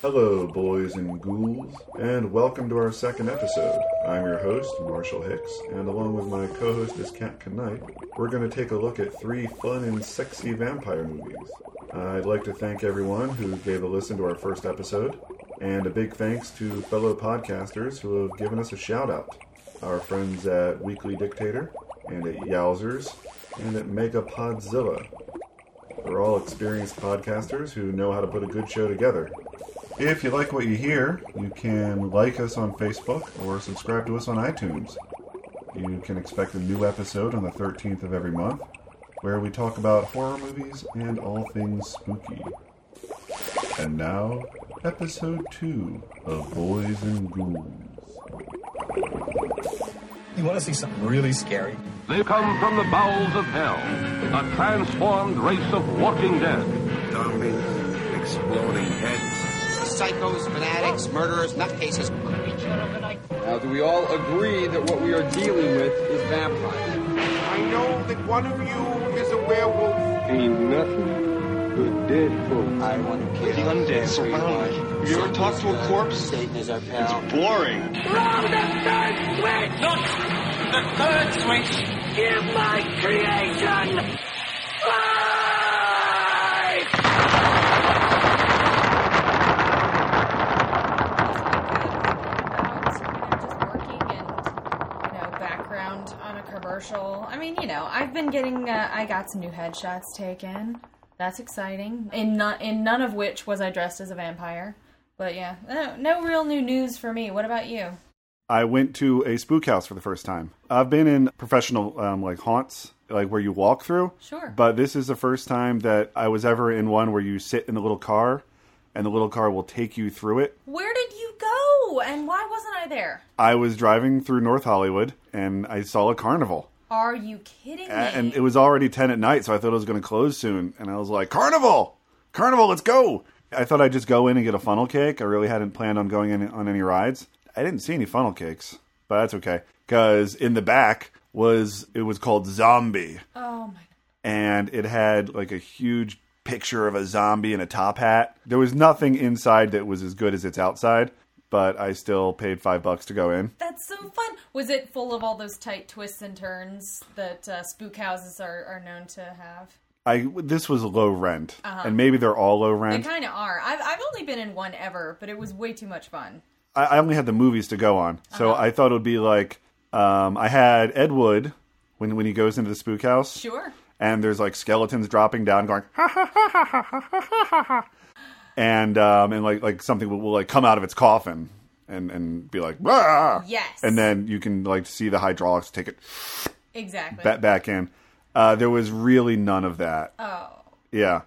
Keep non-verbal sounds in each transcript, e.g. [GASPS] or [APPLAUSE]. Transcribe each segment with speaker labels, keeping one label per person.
Speaker 1: Hello, boys and ghouls, and welcome to our second episode. I'm your host, Marshall Hicks, and along with my co hostess, Kat Knight, we're going to take a look at three fun and sexy vampire movies. I'd like to thank everyone who gave a listen to our first episode, and a big thanks to fellow podcasters who have given us a shout out our friends at Weekly Dictator, and at Yowzers, and at Mega Podzilla. They're all experienced podcasters who know how to put a good show together. If you like what you hear, you can like us on Facebook or subscribe to us on iTunes. You can expect a new episode on the 13th of every month where we talk about horror movies and all things spooky. And now, episode 2 of Boys and Ghouls.
Speaker 2: You want to see something really scary?
Speaker 3: They come from the bowels of hell, a transformed race of walking dead.
Speaker 4: Zombies, exploding heads.
Speaker 5: psychos, fanatics, murderers, nutcases.
Speaker 6: Now, do we all agree that what we are dealing with is vampires?
Speaker 4: I know that one of you is a werewolf.
Speaker 6: Ain't nothing but dead folks.
Speaker 5: I want to kill the undead. Surround You ever talk to a corpse? Satan is our pal. It's boring.
Speaker 7: Throw the third switch! Look! The third switch! Give my creation life!
Speaker 8: background on a commercial. I mean, you know, I've been getting. Uh, I got some new headshots taken. That's exciting. In not in none of which was I dressed as a vampire. But yeah, no, no real new news for me. What about you?
Speaker 1: I went to a spook house for the first time. I've been in professional um, like haunts, like where you walk through.
Speaker 8: Sure.
Speaker 1: But this is the first time that I was ever in one where you sit in the little car, and the little car will take you through it.
Speaker 8: Where did you go? And why wasn't I there?
Speaker 1: I was driving through North Hollywood and I saw a carnival,
Speaker 8: Are you kidding me?
Speaker 1: A- and it was already ten at night, so I thought it was going to close soon. And I was like, "Carnival, carnival, let's go!" I thought I'd just go in and get a funnel cake. I really hadn't planned on going in on any rides. I didn't see any funnel cakes, but that's okay because in the back was it was called Zombie.
Speaker 8: oh my.
Speaker 1: and it had like a huge picture of a zombie in a top hat. There was nothing inside that was as good as its outside, but I still paid five bucks to go in.
Speaker 8: That's so fun. Was it full of all those tight twists and turns that uh, spook houses are, are known to have?
Speaker 1: I this was low rent, and maybe they're all low
Speaker 8: They
Speaker 1: rent.
Speaker 8: kind of are. I've, I've only been in one ever, but it was way too much fun.
Speaker 1: I, I only had the movies to go on, so
Speaker 8: Uh-huh.
Speaker 1: I thought it would be like um, I had Ed Wood when when he goes into the spook house.
Speaker 8: Sure.
Speaker 1: and there's like skeletons dropping down, going ha ha ha ha ha ha ha ha ha, ha, and um, and like like something will, will like come out of its coffin and and be like "Rah!"
Speaker 8: Yes.
Speaker 1: and then you can like see the hydraulics take it
Speaker 8: Exactly.
Speaker 1: back back in. Uh, there was really none of that.
Speaker 8: oh.
Speaker 1: Yeah,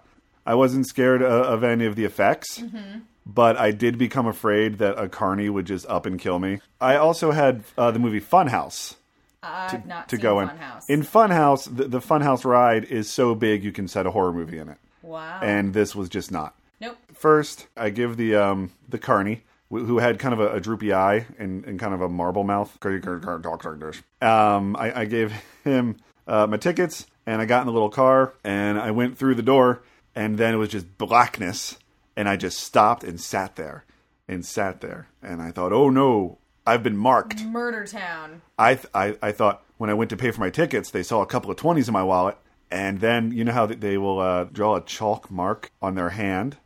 Speaker 1: I wasn't scared of, of any of the effects.
Speaker 8: Mm-hmm.
Speaker 1: But I did become afraid that a carny would just up and kill me. I also had uh, the movie Funhouse
Speaker 8: I've not
Speaker 1: to
Speaker 8: seen
Speaker 1: go in.
Speaker 8: Funhouse.
Speaker 1: In Funhouse, the, the Funhouse ride is so big you can set a horror movie in it,
Speaker 8: wow.
Speaker 1: and this was just not.
Speaker 8: nope.
Speaker 1: First, I give the um the carney wh- who had kind of a, a droopy eye and, and kind of a marble mouth. Um, I, I gave him uh, my tickets, and I got in the little car, and I went through the door, and then it was just blackness, and I just stopped and sat there, and sat there, and I thought, oh no, I've been marked.
Speaker 8: Murder Town.
Speaker 1: I, th- I I thought when I went to pay for my tickets, they saw a couple of twenties in my wallet, and then you know how th- they will uh, draw a chalk mark on their hand,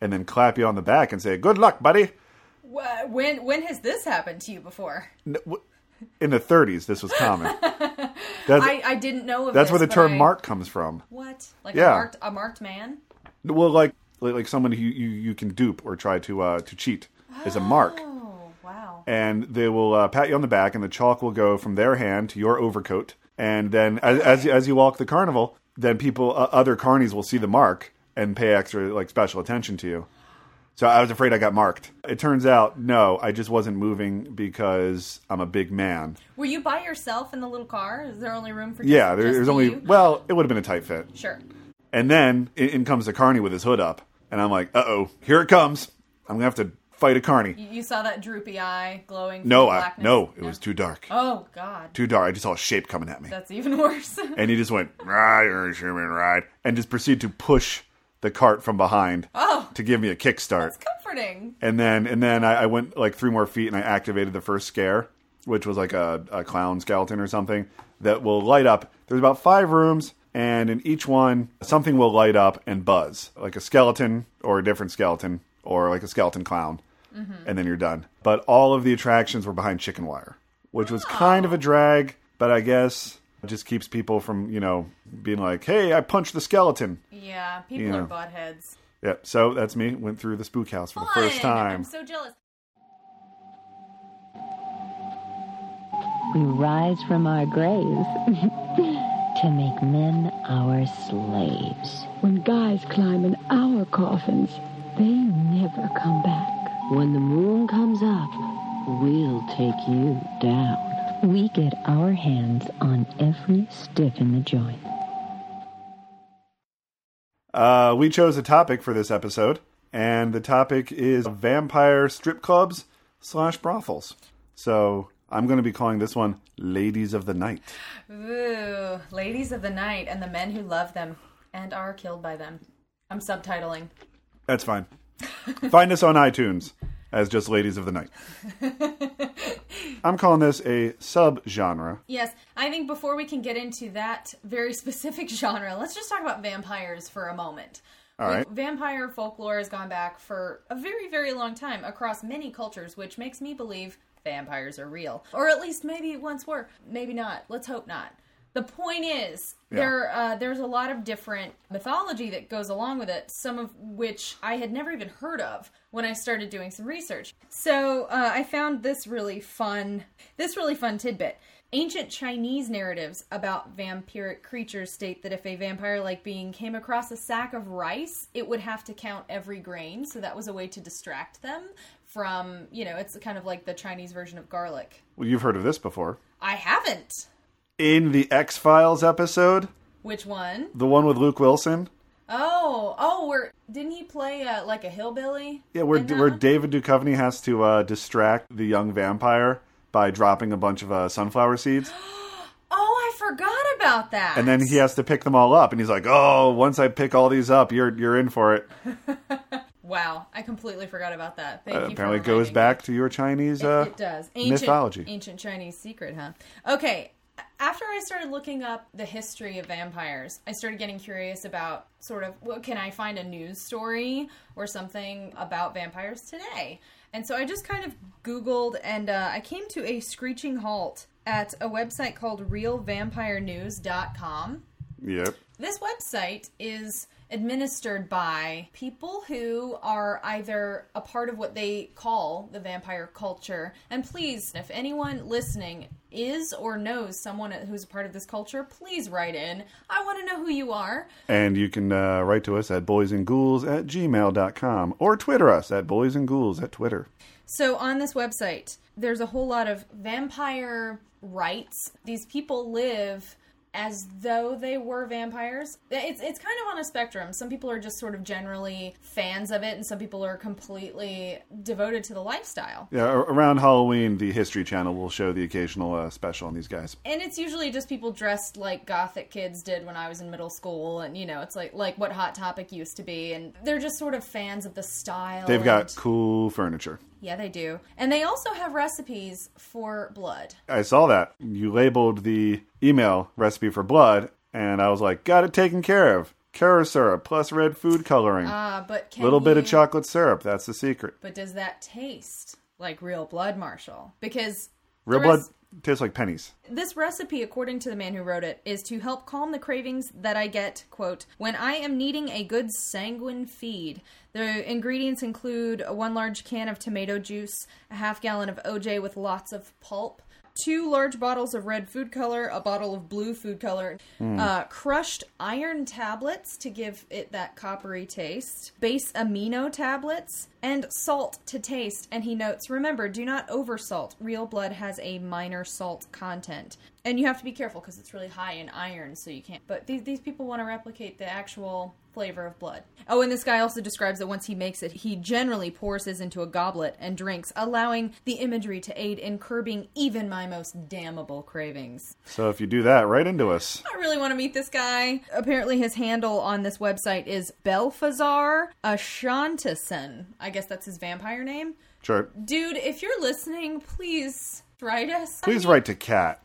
Speaker 1: and then clap you on the back and say "Good luck, buddy."
Speaker 8: Wha- When when has this happened to you before?
Speaker 1: N- w- In the thirties, this was
Speaker 8: [LAUGHS]
Speaker 1: common. That's,
Speaker 8: I, I didn't know of
Speaker 1: that's
Speaker 8: this,
Speaker 1: where the
Speaker 8: but
Speaker 1: term
Speaker 8: I-
Speaker 1: "mark" comes from.
Speaker 8: What? Like
Speaker 1: Yeah.
Speaker 8: a marked a marked man?
Speaker 1: Well, like like, like someone who you, you can dupe or try to uh, to cheat is a mark.
Speaker 8: Oh wow.
Speaker 1: and they will uh, pat you on the back, and the chalk will go from their hand to your overcoat. And then, as as, you- as you walk the carnival, then people, uh, other carnies, will see the mark and pay extra like special attention to you. So I was afraid I got marked. It turns out, no, I just wasn't moving because I'm a big man.
Speaker 8: Were you by yourself in the little car? Is there only room for just,
Speaker 1: Yeah, there,
Speaker 8: just
Speaker 1: there's
Speaker 8: you?
Speaker 1: only well, it would have been a tight fit.
Speaker 8: sure.
Speaker 1: And then in, in comes the carny with his hood up, and I'm like, uh oh, here it comes. I'm gonna have to fight a carny.
Speaker 8: You, you saw that droopy eye glowing. from
Speaker 1: No,
Speaker 8: the
Speaker 1: I,
Speaker 8: blackness?
Speaker 1: no, it was too dark.
Speaker 8: Oh God,
Speaker 1: Too dark. I just saw a shape coming at me.
Speaker 8: that's even worse.
Speaker 1: and he just went ride or human ride and just proceeded to push the cart from behind
Speaker 8: Oh.
Speaker 1: to give me a kickstart
Speaker 8: Comfort. [LAUGHS] comforting.
Speaker 1: And then and then I, I went like three more feet and I activated the first scare, which was like a, a clown skeleton or something that will light up. There's about five rooms, and in each one, something will light up and buzz, like a skeleton or a different skeleton or like a skeleton clown, and then you're done. But all of the attractions were behind chicken wire, which was kind of a drag, but I guess. It just keeps people from, you know, being like, "Hey, I punched the skeleton."
Speaker 8: Yeah, people
Speaker 1: Yeah.
Speaker 8: are butt heads.
Speaker 1: Yeah, so that's me. Went through the spook house for the first
Speaker 8: Fun!
Speaker 1: time.
Speaker 8: I'm so jealous.
Speaker 9: We rise from our graves [LAUGHS] to make men our slaves.
Speaker 10: When guys climb in our coffins, they never come back.
Speaker 9: When the moon comes up, we'll take you down. We get our hands on every stiff in the joint.
Speaker 1: Uh, we chose a topic for this episode, and the topic is vampire strip clubs slash brothels. So I'm going to be calling this one "Ladies of the Night."
Speaker 8: Ooh, ladies of the night and the men who love them and are killed by them. I'm subtitling.
Speaker 1: That's fine. Find us on iTunes as just "Ladies of the Night." I'm calling this a subgenre.
Speaker 8: Yes, I think before we can get into that very [LAUGHS] specific genre, let's just talk about vampires for a moment.
Speaker 1: All right.
Speaker 8: Vampire folklore has gone back for a very, very long time across many cultures, which makes me believe vampires are real. Or at least maybe once were. Maybe not. Let's hope not. The point is, there uh, there's a lot of different mythology that goes along with it, some of which I had never even heard of when I started doing some research. So uh, I found this really fun this really fun tidbit. Ancient Chinese narratives about vampiric creatures state that if a vampire like being came across a sack of rice, it would have to count every grain. So that was a way to distract them from, you know, it's kind of like the Chinese version of garlic.
Speaker 1: Well, you've heard of this before.
Speaker 8: I haven't.
Speaker 1: In the X Files episode,
Speaker 8: Which one?
Speaker 1: the one with Luke Wilson,
Speaker 8: Oh, oh, where didn't he play uh, like a hillbilly?
Speaker 1: Yeah, where,
Speaker 8: in that
Speaker 1: where
Speaker 8: one?
Speaker 1: David Duchovny has to uh, distract the young vampire by dropping a bunch of uh, sunflower seeds,
Speaker 8: Oh, I forgot about that.
Speaker 1: and then he has to pick them all up, and he's like, "Oh, once I pick all these up, you're you're in for it."
Speaker 8: wow, I completely forgot about that. Thank
Speaker 1: Uh,
Speaker 8: you for
Speaker 1: apparently, it goes
Speaker 8: reminding me.
Speaker 1: back to your Chinese. Uh,
Speaker 8: it does ancient,
Speaker 1: mythology.
Speaker 8: ancient chinese secret huh okay after i started looking up the history of vampires i started getting curious about sort of well, can i find a news story or something about vampires today and so i just kind of googled and uh, i came to a screeching halt at a website called realvampirenews.com
Speaker 1: Yep.
Speaker 8: this website is administered by people who are either a part of what they call the vampire culture. And please, if anyone listening is or knows someone who's a part of this culture, please write in. I want to know who you are.
Speaker 1: And you can uh, write to us at boysandghouls at gmail.com or Twitter us at boysandghouls at Twitter.
Speaker 8: So on this website, there's a whole lot of vampire rights. These people live as though they were vampires. It's it's kind of on a spectrum. Some people are just sort of generally fans of it and some people are completely devoted to the lifestyle.
Speaker 1: Yeah, ar- around Halloween, the History Channel will show the occasional uh, special on these guys.
Speaker 8: And it's usually just people dressed like gothic kids did when I was in middle school and you know, it's like like what hot topic used to be and they're just sort of fans of the style.
Speaker 1: They've got
Speaker 8: and-
Speaker 1: cool furniture.
Speaker 8: Yeah, they do. And they also have recipes for blood.
Speaker 1: I saw that you labeled the email recipe for blood, and I was like, got it taken care of. Cura syrup plus red food coloring, a
Speaker 8: Uh, but can
Speaker 1: little bit of
Speaker 8: you-
Speaker 1: chocolate syrup. That's the secret.
Speaker 8: But does that taste like real blood, Marshall? Because the
Speaker 1: Real blood
Speaker 8: res-
Speaker 1: tastes like pennies.
Speaker 8: This recipe, according to the man who wrote it, is to help calm the cravings that I get, quote, when I am needing a good sanguine feed. The ingredients include one large can of tomato juice, a half gallon of OJ with lots of pulp, two large bottles of red food color, a bottle of blue food color, uh, crushed iron tablets to give it that coppery taste, base amino tablets, and salt to taste. And he notes, remember, do not oversalt. Real blood has a minor salt content. And you have to be careful because it's really high in iron, so you can't. But these, these people want to replicate the actual flavor of blood. Oh, and this guy also describes that once he makes it, he generally pours his into a goblet and drinks, allowing the imagery to aid in curbing even my most damnable cravings.
Speaker 1: So if you do that, right into us.
Speaker 8: I really want to meet this guy. Apparently, his handle on this website is Belfazar Ashantason. I guess that's his vampire name.
Speaker 1: Sure.
Speaker 8: Dude, if you're listening, please write us.
Speaker 1: Please write to Cat.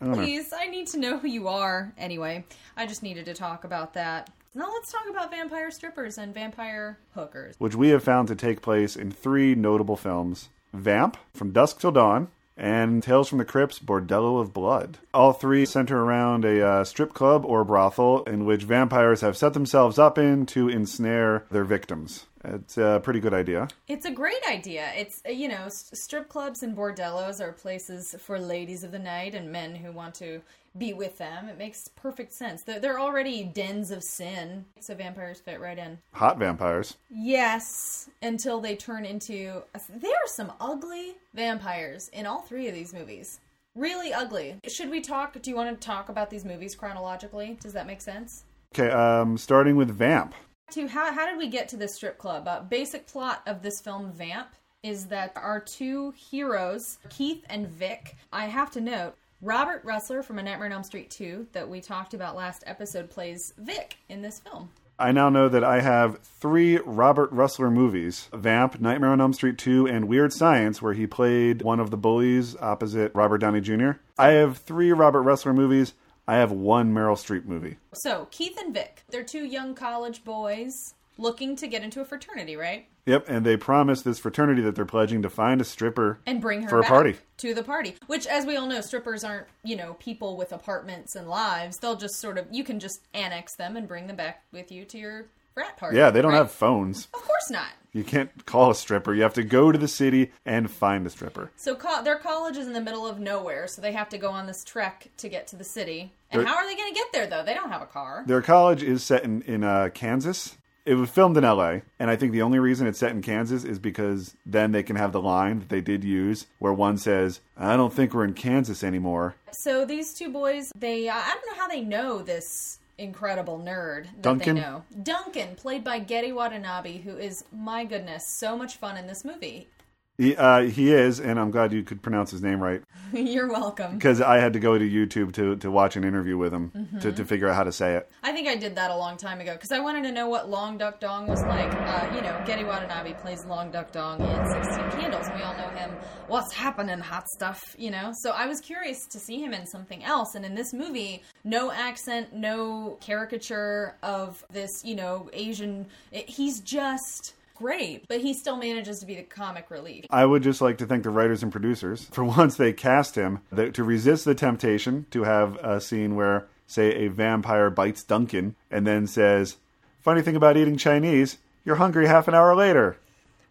Speaker 1: I don't know.
Speaker 8: Please, I need to know who you are. Anyway, I just needed to talk about that. Now let's talk about vampire strippers and vampire hookers.
Speaker 1: which we have found to take place in three notable films Vamp, From Dusk Till Dawn, and Tales from the Crypt's Bordello of Blood. All three center around a uh, strip club or brothel in which vampires have set themselves up in to ensnare their victims. It's a pretty good idea.
Speaker 8: It's a great idea. It's, uh, you know, s- strip clubs and bordellos are places for ladies of the night and men who want to be with them. It makes perfect sense. They're, they're already dens of sin, so vampires fit right in.
Speaker 1: Hot vampires.
Speaker 8: Yes, until they turn into. There are some ugly vampires in all three of these movies. Really ugly. Should we talk? Do you want to talk about these movies chronologically? Does that make sense?
Speaker 1: Okay, um, starting with Vamp.
Speaker 8: to how, how did we get to this strip club uh, basic plot of this film vamp is that our two heroes keith and vic i have to note robert russler from a nightmare on elm street 2 that we talked about last episode plays vic in this film
Speaker 1: I now know that I have three Robert Russler movies Vamp, Nightmare on Elm Street 2, and Weird Science, where he played one of the bullies opposite Robert Downey Jr. I have three Robert Russler movies. I have one Meryl Streep movie.
Speaker 8: so keith and vic they're two young college boys looking to get into a fraternity right
Speaker 1: Yep, and they promise this fraternity that they're pledging to find a stripper
Speaker 8: and bring her
Speaker 1: for
Speaker 8: back
Speaker 1: a party.
Speaker 8: to the party which as we all know strippers aren't you know people with apartments and lives they'll just sort of you can just annex them and bring them back with you to your frat party
Speaker 1: Yeah, they don't
Speaker 8: right?
Speaker 1: have phones.
Speaker 8: Of course not.
Speaker 1: You can't call a stripper. You have to go to the city and find a stripper.
Speaker 8: So co- their college is in the middle of nowhere, so they have to go on this trek to get to the city. And
Speaker 1: They're-
Speaker 8: how are they going to get there though? They don't have a car.
Speaker 1: Their college is set in, in uh, Kansas. It was filmed in LA, and I think the only reason it's set in Kansas is because then they can have the line that they did use where one says, I don't think we're in Kansas anymore.
Speaker 8: So these two boys, they uh, I don't know how they know this incredible nerd that
Speaker 1: Duncan?
Speaker 8: they know. Duncan, played by Getty Watanabe, who is my goodness, so much fun in this movie. [LAUGHS]
Speaker 1: He, uh, he is, and I'm glad you could pronounce his name right
Speaker 8: You're welcome.
Speaker 1: because I had to go to YouTube to, to watch an interview with him to, to figure out how to say it.
Speaker 8: I think I did that a long time ago because I wanted to know what Long Duck Dong was like. Uh, you know, Getty Watanabe plays Long Duck Dong in 16 Candles. We all know him. What's happening, hot stuff, you know? So I was curious to see him in something else. And in this movie, no accent, no caricature of this, you know, Asian. It, he's just great, but he still manages to be the comic relief.
Speaker 1: I would just like to thank the writers and producers for [LAUGHS] once they cast him that, to resist the temptation to have a scene where, say, a vampire bites Duncan and then says, Funny thing about eating Chinese, you're hungry half an hour later.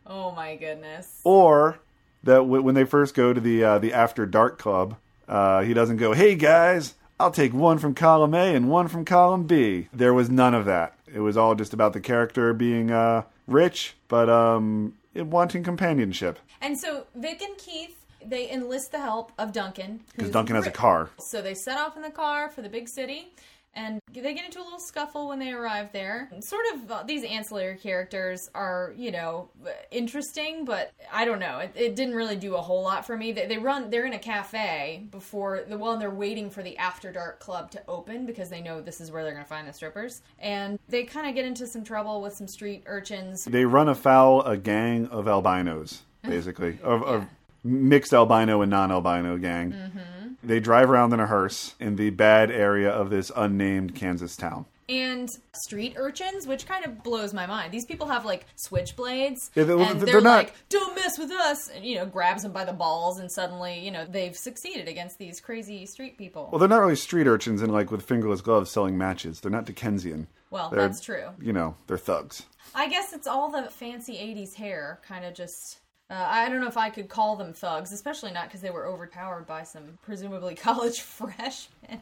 Speaker 8: Oh my goodness.
Speaker 1: Or that w- when they first go to the, uh, the After Dark Club, uh, he doesn't go, Hey guys, I'll take one from column A and one from column B. There was none of that. It was all just about the character being uh, rich, but um, wanting companionship.
Speaker 8: And so Vic and Keith, they enlist the help of Duncan.
Speaker 1: Because
Speaker 8: who's
Speaker 1: Duncan has a
Speaker 8: rich.
Speaker 1: car.
Speaker 8: So they set off in the car for the big city, and they get into a little scuffle when they arrive there. Sort of uh, these ancillary characters are, you know, interesting, but I don't know. It, it didn't really do a whole lot for me. They, they run, they're in a cafe before the well, and they're waiting for the after dark club to open because they know this is where they're going to find the strippers, and they kind of get into some trouble with some street urchins.
Speaker 1: they run afoul a gang of albinos,
Speaker 8: [LAUGHS]
Speaker 1: basically, of, of mixed albino and non-albino gang.
Speaker 8: Mm-hmm.
Speaker 1: They drive around in a hearse in the bad area of this unnamed Kansas town.
Speaker 8: and street urchins, which kind of blows my mind. These people have like switchblades,
Speaker 1: Yeah, they-
Speaker 8: and
Speaker 1: they're
Speaker 8: they're,
Speaker 1: not-
Speaker 8: like, "Don't mess with us!" And you know, grabs them by the balls, and suddenly, you know, they've succeeded against these crazy street people.
Speaker 1: Well, they're not really street urchins and like with fingerless gloves selling matches. They're not Dickensian.
Speaker 8: Well,
Speaker 1: They're-
Speaker 8: that's true.
Speaker 1: You know, they're thugs.
Speaker 8: I guess it's all the fancy '80s hair, kind of just. Uh, I don't know if I could call them thugs, especially not because they were overpowered by some presumably [LAUGHS] college freshmen.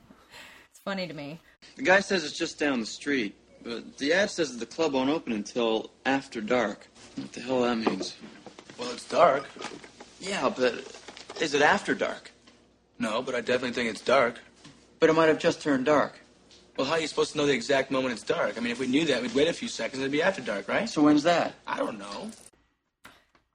Speaker 8: it's funny to me.
Speaker 5: The guy says it's just down the street, but the ad says that the club won't open until after dark. What the hell that means?
Speaker 11: Well, it's dark.
Speaker 5: Yeah, but is it after dark?
Speaker 11: No, but I definitely think it's dark.
Speaker 5: But it might have just turned dark. Well, how are you supposed to know the exact moment it's dark? I mean, if we knew that, we'd wait a few seconds and it'd be after dark, right? So when's that? I don't know.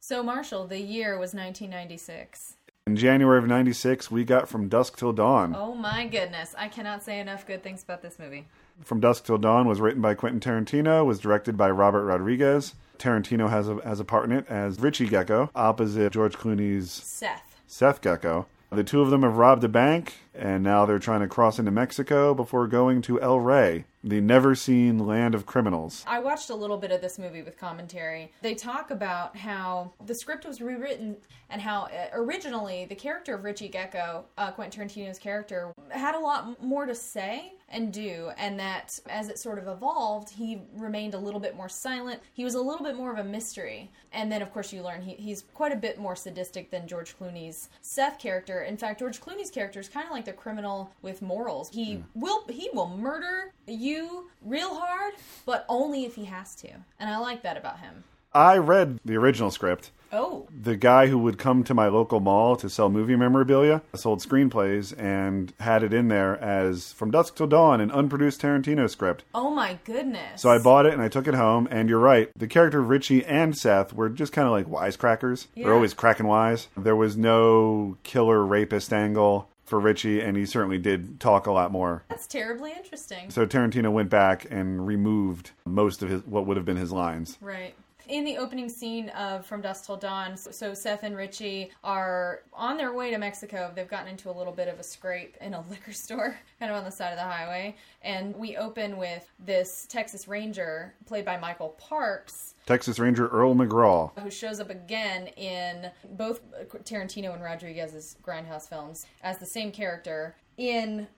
Speaker 8: So, Marshall, the year was 1996.
Speaker 1: In January of 96, we got From Dusk Till Dawn.
Speaker 8: Oh my goodness. I cannot say enough good things about this movie.
Speaker 1: From Dusk Till Dawn was written by Quentin Tarantino, was directed by Robert Rodriguez. Tarantino has a, has a part in it as Richie Gecko, opposite George Clooney's
Speaker 8: Seth.
Speaker 1: Seth Gecko. The two of them have robbed a bank, and now they're trying to cross into Mexico before going to El Rey, the never seen land of criminals.
Speaker 8: I watched a little bit of this movie with commentary. They talk about how the script was rewritten and how uh, originally the character of Richie Gecko, uh, Quentin Tarantino's character, had a lot m- more to say and do, and that as it sort of evolved, he remained a little bit more silent. He was a little bit more of a mystery. And then, of course, you learn he, he's quite a bit more sadistic than George Clooney's Seth character. In fact, George Clooney's character is kind of like the criminal with morals. He
Speaker 1: Hmm.
Speaker 8: will he will murder you real hard, but only if he has to. And I like that about him.
Speaker 1: I read the original script.
Speaker 8: Oh,
Speaker 1: The guy who would come to my local mall to sell movie memorabilia sold screenplays and had it in there as From Dusk Till Dawn, an unproduced Tarantino script.
Speaker 8: oh my goodness.
Speaker 1: So I bought it and I took it home. And you're right, the character of Richie and Seth were just kind of like wisecrackers.
Speaker 8: Yeah.
Speaker 1: They're always cracking wise. There was no killer rapist angle for Richie, and he certainly did talk a lot more.
Speaker 8: That's terribly interesting.
Speaker 1: So Tarantino went back and removed most of his what would have been his lines.
Speaker 8: Right. In the opening scene of From Dusk Till Dawn, s- so Seth and Richie are on their way to Mexico. They've gotten into a little bit of a scrape in a [LAUGHS] liquor store, kind of on the side of the highway. And we open with this Texas Ranger, played by Michael Parks,
Speaker 1: Texas Ranger Earl McGraw.
Speaker 8: who shows up again in both Tarantino and Rodriguez's Grindhouse films as the same character in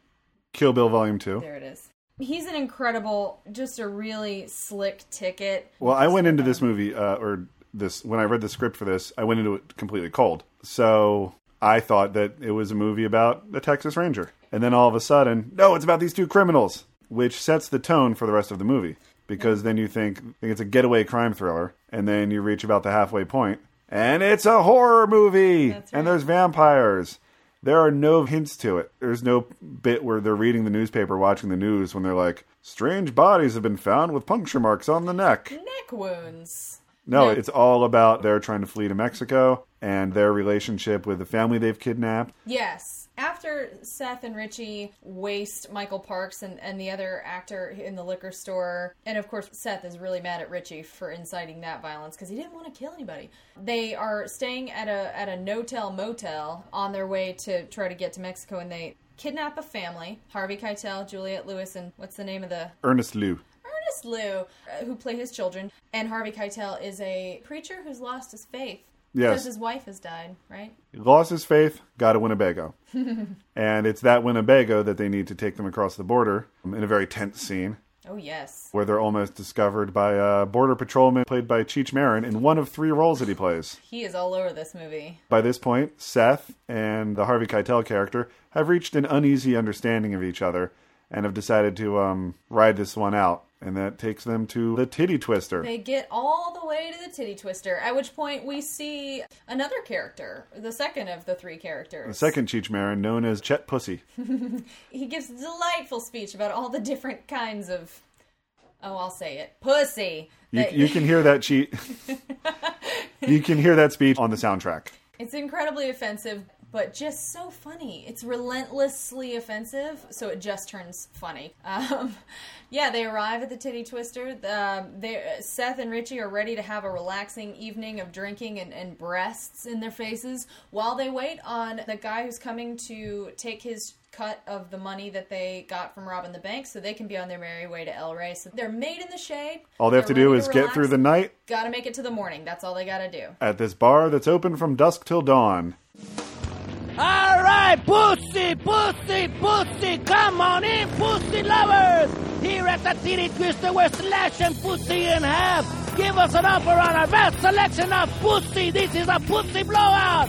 Speaker 1: Kill Bill Volume 2.
Speaker 8: there it is. He's an incredible, just a really slick ticket.
Speaker 1: Well, I went into this movie, uh, or this when I read the script for this, I went into it completely cold. So I thought that it was a movie about the Texas Ranger, and then all of a sudden, no, it's about these two criminals, which sets the tone for the rest of the movie. Because then you think, think it's a getaway crime thriller, and then you reach about the halfway point, and it's a horror movie, and there's vampires. There are no hints to it. There's no bit where they're reading the newspaper, watching the news, when they're like, "Strange bodies have been found with puncture marks on the neck."
Speaker 8: Neck wounds.
Speaker 1: No, it's all about they're trying to flee to Mexico and their relationship with the family they've kidnapped.
Speaker 8: Yes. After Seth and Richie waste Michael Parks and, and the other actor in the liquor store, and of course, Seth is really mad at Richie for inciting that violence because he didn't want to kill anybody. They are staying at a, at a no tell motel on their way to try to get to Mexico, and they kidnap a family Harvey Keitel, Juliet Lewis, and what's the name of the
Speaker 1: Ernest Liu.
Speaker 8: Ernest Liu, uh, who play his children, and Harvey Keitel is a preacher who's lost his faith
Speaker 1: Yes.
Speaker 8: because his wife has died, right?
Speaker 1: Lost his faith, got a Winnebago. and it's that Winnebago that they need to take them across the border um, in a very tense scene
Speaker 8: Oh yes,
Speaker 1: where they're almost discovered by a border patrolman played by Cheech Marin in one of three roles that he plays.
Speaker 8: he is all over this movie.
Speaker 1: By this point, Seth and the Harvey Keitel character have reached an uneasy understanding of each other and have decided to um, ride this one out. And that takes them to the titty twister.
Speaker 8: They get all the way to the titty twister, at which point we see another character, the second of the three
Speaker 1: The
Speaker 8: characters.
Speaker 1: second Cheech Marin, known as Chet Pussy.
Speaker 8: He gives a delightful speech about all the different kinds of oh, I'll say it, pussy.
Speaker 1: You,
Speaker 8: that-
Speaker 1: you can hear that cheat. you can hear that speech on the soundtrack.
Speaker 8: It's incredibly offensive, but just so funny. It's relentlessly offensive, so it just turns funny. [LAUGHS] Um, yeah, they arrive at the Titty Twister. Um, they, Seth and Richie are ready to have a relaxing evening of drinking and, and breasts in their faces while they wait on the guy who's coming to take his cut of the money that they got from robbing the bank so they can be on their merry way to El Rey. So they're made in the shade.
Speaker 1: All they have to
Speaker 8: They're
Speaker 1: do
Speaker 8: ready
Speaker 1: is get through the
Speaker 8: relax.
Speaker 1: night
Speaker 8: Gotta make it to the morning. That's all they gotta do.
Speaker 1: at this bar that's open from dusk till dawn.
Speaker 7: All right, pussy, pussy, pussy, come on in, pussy lovers. Here at the Titty Twister, we're slashing pussy in half. Give us an offer on our best selection of pussy. This is a pussy blowout.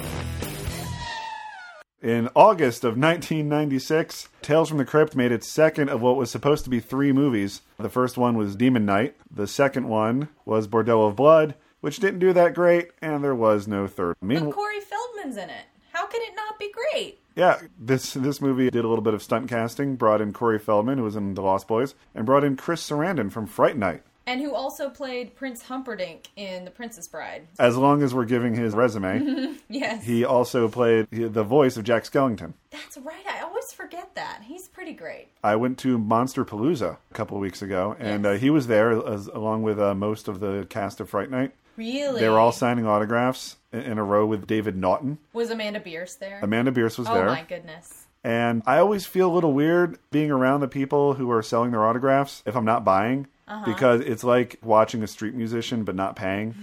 Speaker 1: In August of 1996, Tales from the Crypt made its second of what was supposed to be three movies. The first one was Demon Knight, the second one was Bordeaux of Blood, which didn't do that great, and there was no third. Meanwhile,
Speaker 8: Corey Feldman's in it. How could it not be great?
Speaker 1: Yeah, this this movie did a little bit of stunt casting, brought in Corey Feldman, who was in The Lost Boys, and brought in Chris Sarandon from Fright Night.
Speaker 8: And who also played Prince Humperdinck in The Princess Bride. [LAUGHS]
Speaker 1: As long as we're giving his resume,
Speaker 8: Yes.
Speaker 1: he also played the voice of Jack Skellington.
Speaker 8: That's right. I always forget that. He's pretty great.
Speaker 1: I went to Monster Palooza a couple of weeks ago, and uh, he was there as, along with uh, most of the cast of Fright Night.
Speaker 8: Really?
Speaker 1: They were all signing autographs in, in a row with David Naughton.
Speaker 8: Was Amanda Bierce there?
Speaker 1: Amanda Bierce was
Speaker 8: oh
Speaker 1: there.
Speaker 8: my goodness.
Speaker 1: And I always feel a little weird being around the people who are selling their autographs if I'm not buying.
Speaker 8: Uh-huh.
Speaker 1: Because it's like watching a street musician but not paying.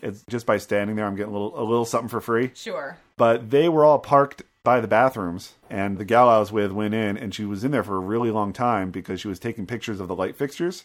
Speaker 1: it's just by standing there, I'm getting a little, a little something for free.
Speaker 8: Sure.
Speaker 1: But they were all parked by the bathrooms, and the gal I was with went in, and she was in there for a really long time because she was taking pictures of the light fixtures.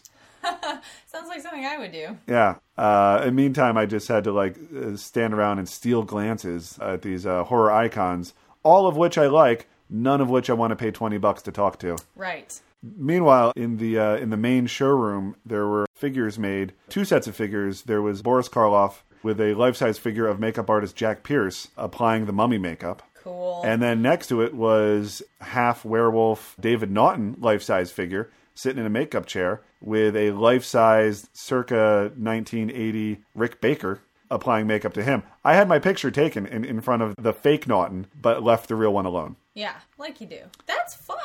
Speaker 8: Sounds like something I would do.
Speaker 1: Yeah. Uh, in the meantime, I just had to like uh, stand around and steal glances at these uh, horror icons, all of which I like, none of which I want to pay twenty bucks to talk to.
Speaker 8: Right.
Speaker 1: Meanwhile, in the uh, in the main showroom, there were figures made, two sets of figures. There was Boris Karloff with a life-size figure of makeup artist Jack Pierce applying the mummy makeup.
Speaker 8: Cool.
Speaker 1: And then next to it was half werewolf David Naughton life size figure sitting in a makeup chair with a life sized circa 1980 Rick Baker applying makeup to him. I had my picture taken in, in front of the fake Naughton, but left the real one alone.
Speaker 8: yeah, like you do. That's fun.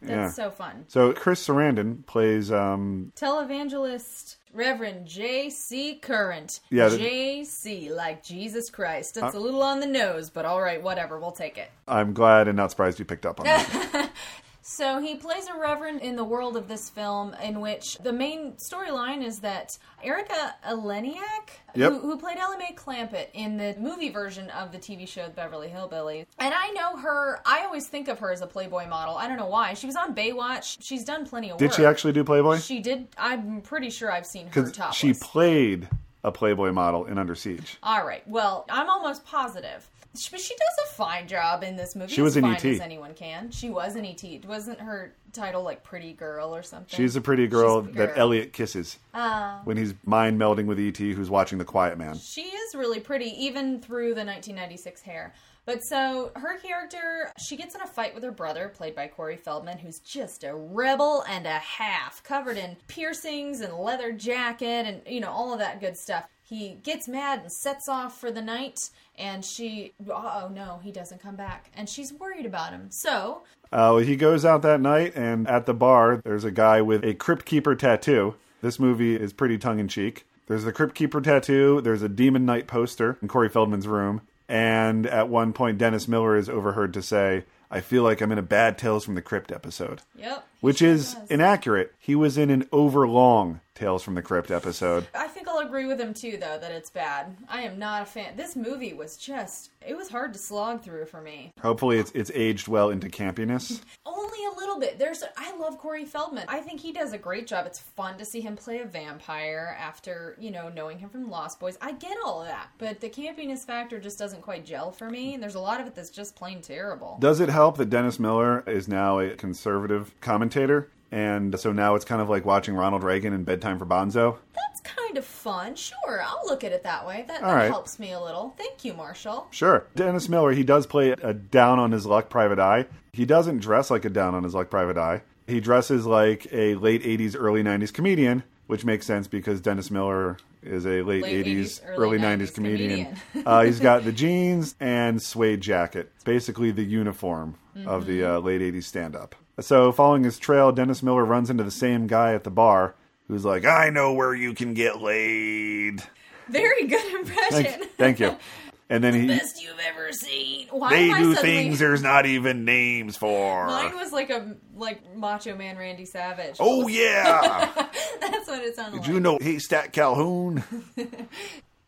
Speaker 8: That's
Speaker 1: Yeah.
Speaker 8: so fun.
Speaker 1: So Chris Sarandon plays um,
Speaker 8: Televangelist Reverend J.C. Current.
Speaker 1: Yeah, the-
Speaker 8: J.C. like Jesus Christ. It's
Speaker 1: Uh,
Speaker 8: a little on the nose, but all right, whatever. We'll take it.
Speaker 1: I'm glad and not surprised you picked up on that.
Speaker 8: [LAUGHS] So he plays a reverend in the world of this film, in which the main storyline is that Erica Eleniak,
Speaker 1: Yep.
Speaker 8: who, who played Ella Mae Clampett in the movie version of the TV show Beverly Hillbillies, and I know her. I always think of her as a Playboy model. I don't know why. She was on Baywatch. She's done plenty of
Speaker 1: Did
Speaker 8: work.
Speaker 1: she actually do Playboy?
Speaker 8: She did. I'm pretty sure I've seen her
Speaker 1: Because
Speaker 8: topless.
Speaker 1: she played a Playboy model in Under Siege.
Speaker 8: All right. Well, I'm almost positive. She, but she does a fine job in this movie.
Speaker 1: She was
Speaker 8: as
Speaker 1: in E
Speaker 8: fine
Speaker 1: E.T..
Speaker 8: as anyone can. She was an ET. Wasn't her title like Pretty Girl or something?
Speaker 1: She's a pretty girl
Speaker 8: She's a
Speaker 1: that Elliot kisses
Speaker 8: Ah.
Speaker 1: when he's mind melding with E.T., who's watching The Quiet Man.
Speaker 8: She is really pretty, even through the 1996 hair. But so her character, she gets in a fight with her brother, played by Corey Feldman, who's just a rebel and a half, covered in piercings and leather jacket and, you know, all of that good stuff. He gets mad and sets off for the night, and she, oh no, he doesn't come back. And she's worried about him. So
Speaker 1: Uh, he goes out that night, and at the bar, there's a guy with a Crypt Keeper tattoo. This movie is pretty tongue in cheek. There's the Crypt Keeper tattoo, there's a Demon Knight poster in Corey Feldman's room, and at one point, Dennis Miller is overheard to say, I feel like I'm in a bad Tales from the Crypt episode.
Speaker 8: Yep, he
Speaker 1: Which
Speaker 8: sure
Speaker 1: is
Speaker 8: does.
Speaker 1: inaccurate. He was in an overlong Tales from the Crypt episode.
Speaker 8: I think I'll agree with him too, though, that it's bad. I am not a fan. This movie was just, it was hard to slog through for me.
Speaker 1: Hopefully, it's, it's aged well into campiness.
Speaker 8: Only a little bit. There's I love Corey Feldman. I think he does a great job. It's fun to see him play a vampire after, you know, knowing him from Lost Boys. I get all of that, but the campiness factor just doesn't quite gel for me. And there's a lot of it that's just plain terrible.
Speaker 1: Does it help that Dennis Miller is now a conservative commentator? And so now it's kind of like watching Ronald Reagan in Bedtime for Bonzo.
Speaker 8: That's kind of fun. Sure, I'll look at it that way. That,
Speaker 1: All
Speaker 8: that
Speaker 1: right.
Speaker 8: helps me a little. Thank you, Marshall.
Speaker 1: Sure. Dennis Miller, he does play a down on his luck private eye. He doesn't dress like a down on his luck private eye. He dresses like a late 80s, early 90s comedian, which makes sense because Dennis Miller is a late,
Speaker 8: Late
Speaker 1: 80s,
Speaker 8: 80s,
Speaker 1: early,
Speaker 8: early
Speaker 1: 90s,
Speaker 8: 90s
Speaker 1: comedian. [LAUGHS]
Speaker 8: comedian.
Speaker 1: uh, he's got the jeans and suede jacket, basically the uniform of the uh, late 80s stand up. So, following his trail, Dennis Miller runs into the same guy at the bar who's like, I know where you can get laid.
Speaker 8: Very good [LAUGHS] impression.
Speaker 1: Thank, thank [LAUGHS] you. And then he,
Speaker 8: Best you've ever seen. Why
Speaker 1: they
Speaker 8: am I
Speaker 1: do
Speaker 8: suddenly-
Speaker 1: things there's not even names for.
Speaker 8: Mine was like a like Macho Man Randy Savage.
Speaker 1: oh yeah,
Speaker 8: [LAUGHS] that's what it sounded
Speaker 1: did
Speaker 8: like.
Speaker 1: you know Haystack Calhoun?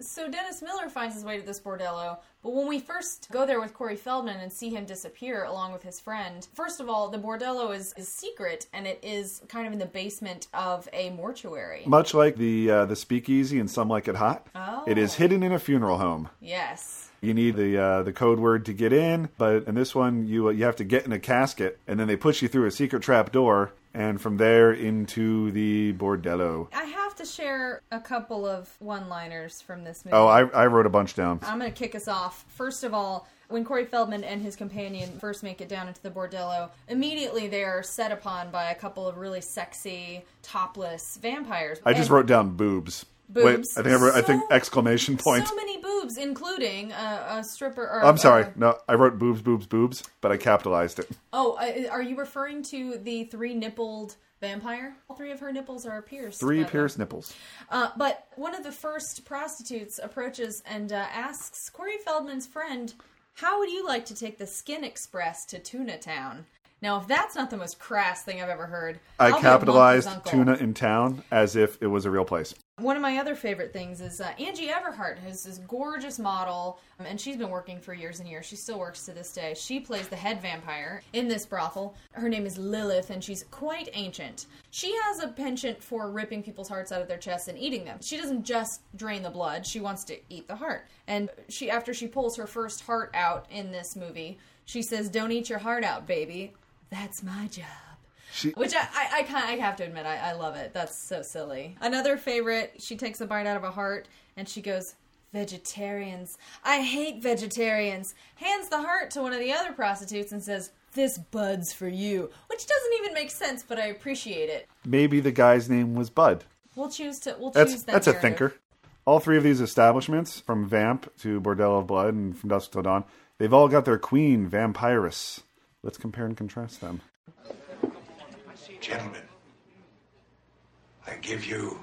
Speaker 8: So Dennis Miller finds his way to this bordello, but when we first go there with Corey Feldman and see him disappear along with his friend, first of all, the bordello is, is secret and it is kind of in the basement of a mortuary.
Speaker 1: Much like the uh, the Speakeasy and Some Like It Hot,
Speaker 8: Oh.
Speaker 1: it is hidden in a funeral home.
Speaker 8: Yes.
Speaker 1: You need the uh, the code word to get in, but in this one you uh, you have to get in a casket, and then they push you through a secret trap door, and from there into the bordello.
Speaker 8: I have to share a couple of one liners from this movie.
Speaker 1: Oh, I, I wrote a bunch down.
Speaker 8: Um, I'm going to kick us off. First of all, when Corey Feldman and his companion first make it down into the bordello, immediately they are set upon by a couple of really sexy, topless vampires.
Speaker 1: I just
Speaker 8: And
Speaker 1: wrote down boobs. Wait,
Speaker 8: Boobs.
Speaker 1: I think I, wrote, I
Speaker 8: So-
Speaker 1: think exclamation point.
Speaker 8: so many boobs, including uh, a stripper. Or,
Speaker 1: I'm sorry.
Speaker 8: uh,
Speaker 1: No, I wrote boobs, boobs, boobs, but I capitalized it.
Speaker 8: oh, uh, are you referring to the three nippled vampire? All three of her nipples are pierced.
Speaker 1: Three
Speaker 8: by the way.
Speaker 1: pierced nipples.
Speaker 8: Uh, but one of the first prostitutes approaches and uh, asks Corey Feldman's friend, How would you like to take the Skin Express to Tuna Town? Now, if that's not the most crass thing I've ever heard,
Speaker 1: I
Speaker 8: I'll be a monkey's
Speaker 1: capitalized
Speaker 8: uncle.
Speaker 1: tuna in town as if it was a real place.
Speaker 8: One of my other favorite things is uh, Angie Everhart, who's this gorgeous model, um, and she's been working for years and years. She still works to this day. She plays the head vampire in this brothel. Her name is Lilith, and she's quite ancient. She has a penchant for ripping people's hearts out of their chests and eating them. She doesn't just drain the blood; she wants to eat the heart. And she, after she pulls her first heart out in this movie, she says, "Don't eat your heart out, baby. That's my job." Which I, I, I, kind I have to admit, I, I love it. That's so silly. Another favorite, she takes a bite out of a heart and she goes, Vegetarians. I hate vegetarians. Hands the heart to one of the other prostitutes and says, This bud's for you. Which doesn't even make sense, but I appreciate it.
Speaker 1: Maybe the guy's name was Bud.
Speaker 8: We'll choose to, we'll
Speaker 1: That's
Speaker 8: choose that.
Speaker 1: that's a
Speaker 8: narrative.
Speaker 1: thinker. All three of these establishments, from Vamp to Bordello of Blood and from Dusk Till Dawn, they've all got their queen, Vampirus. Let's compare and contrast them.
Speaker 11: Gentlemen, I give you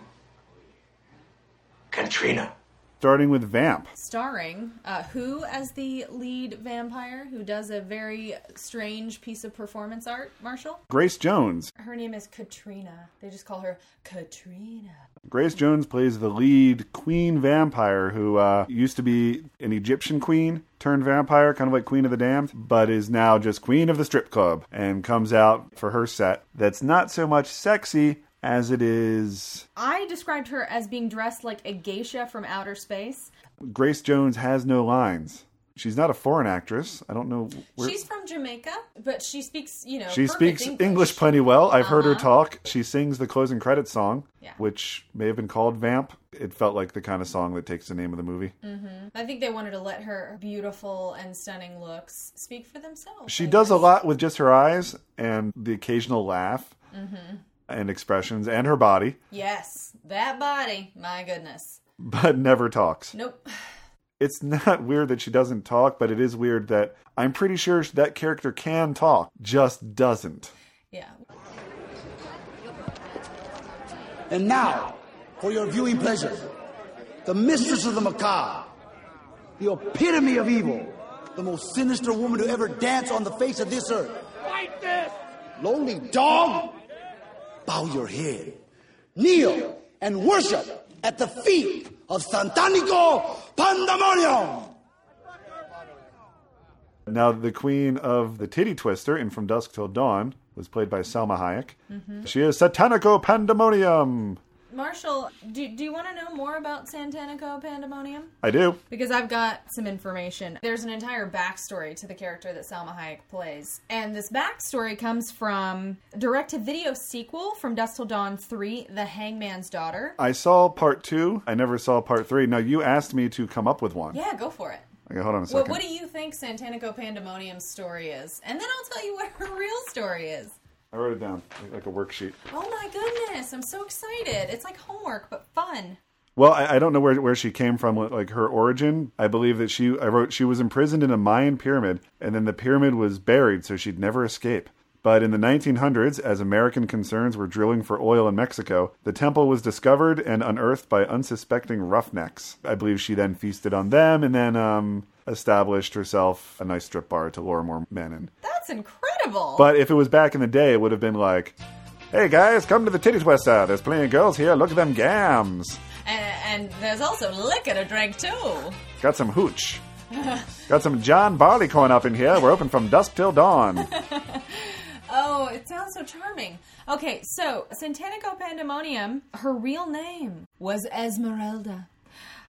Speaker 11: Katrina.
Speaker 1: Starting with Vamp.
Speaker 8: Starring uh, who as the lead vampire who does a very strange piece of performance art, Marshall?
Speaker 1: Grace Jones.
Speaker 8: Her name is Katrina. They just call her Katrina.
Speaker 1: Grace Jones plays the lead queen vampire who uh, used to be an Egyptian queen turned vampire, kind of like Queen of the Damned, but is now just queen of the strip club and comes out for her set that's not so much sexy as it is.
Speaker 8: I described her as being dressed like a geisha from outer space.
Speaker 1: Grace Jones has no lines. She's not a foreign actress. I don't know where.
Speaker 8: She's from Jamaica, but she speaks, you know,
Speaker 1: she
Speaker 8: perfect Uh-huh.
Speaker 1: speaks English. plenty well. I've heard her talk. She sings the closing credits song,
Speaker 8: Yeah.
Speaker 1: which may have been called Vamp. It felt like the kind of song that takes the name of the movie.
Speaker 8: Mhm. I think they wanted to let her beautiful and stunning looks speak for themselves.
Speaker 1: She does a lot with just her eyes and the occasional laugh
Speaker 8: Mm-hmm.
Speaker 1: and expressions and her body,
Speaker 8: Yes, that body. My goodness.
Speaker 1: but never talks.
Speaker 8: Nope. [SIGHS]
Speaker 1: It's not [LAUGHS] weird that she doesn't talk, but it is weird that I'm pretty sure that character can talk, just doesn't.
Speaker 8: Yeah.
Speaker 12: And now, for your viewing pleasure, the mistress of the macabre, the epitome of evil, the most sinister woman to ever dance on the face of this earth.
Speaker 7: Fight this!
Speaker 12: Lonely dog, bow your head, kneel, and worship at the feet of Santanico Pandemonium.
Speaker 1: Now, the queen of the titty twister in From Dusk Till Dawn was played by Selma Hayek.
Speaker 8: Mhm.
Speaker 1: She is Satanico Pandemonium.
Speaker 8: Marshall, do, do you want to know more about Santanico Pandemonium?
Speaker 1: I do.
Speaker 8: Because I've got some information. There's an entire backstory to the character that Salma Hayek plays. And this backstory comes from direct to video sequel from Dust Till Dawn 3, The Hangman's Daughter.
Speaker 1: I saw part two. I never saw part three. Now, you asked me to come up with one.
Speaker 8: Yeah, go for it.
Speaker 1: Okay, hold on a second.
Speaker 8: What, what do you think Santanico Pandemonium's story is? And then I'll tell you [LAUGHS] what her real story is.
Speaker 1: I wrote it down like- like a worksheet.
Speaker 8: Oh my goodness, I'm so excited. It's like homework, but fun.
Speaker 1: Well, I, I don't know where, where she came from, like her origin. I believe that she, I wrote, she was imprisoned in a Mayan pyramid, and then the pyramid was buried, so she'd never escape. But in the 1900s, as American concerns were drilling for oil in Mexico, the temple was discovered and unearthed by unsuspecting roughnecks. I believe she then feasted on them and then um, established herself a nice strip bar to lure more men in.
Speaker 8: That's incredible.
Speaker 1: But if it was back in the day, it would have been like, hey guys, come to the titty twister. There's plenty of girls here. Look at them gams.
Speaker 8: And, and there's also liquor to drink, too.
Speaker 1: Got some hooch. Got some John Barleycorn up in here. We're open from dusk till
Speaker 8: [LAUGHS]
Speaker 1: dawn.
Speaker 8: Oh, it sounds so charming. Okay, so Santanico Pandemonium, her real name was Esmeralda.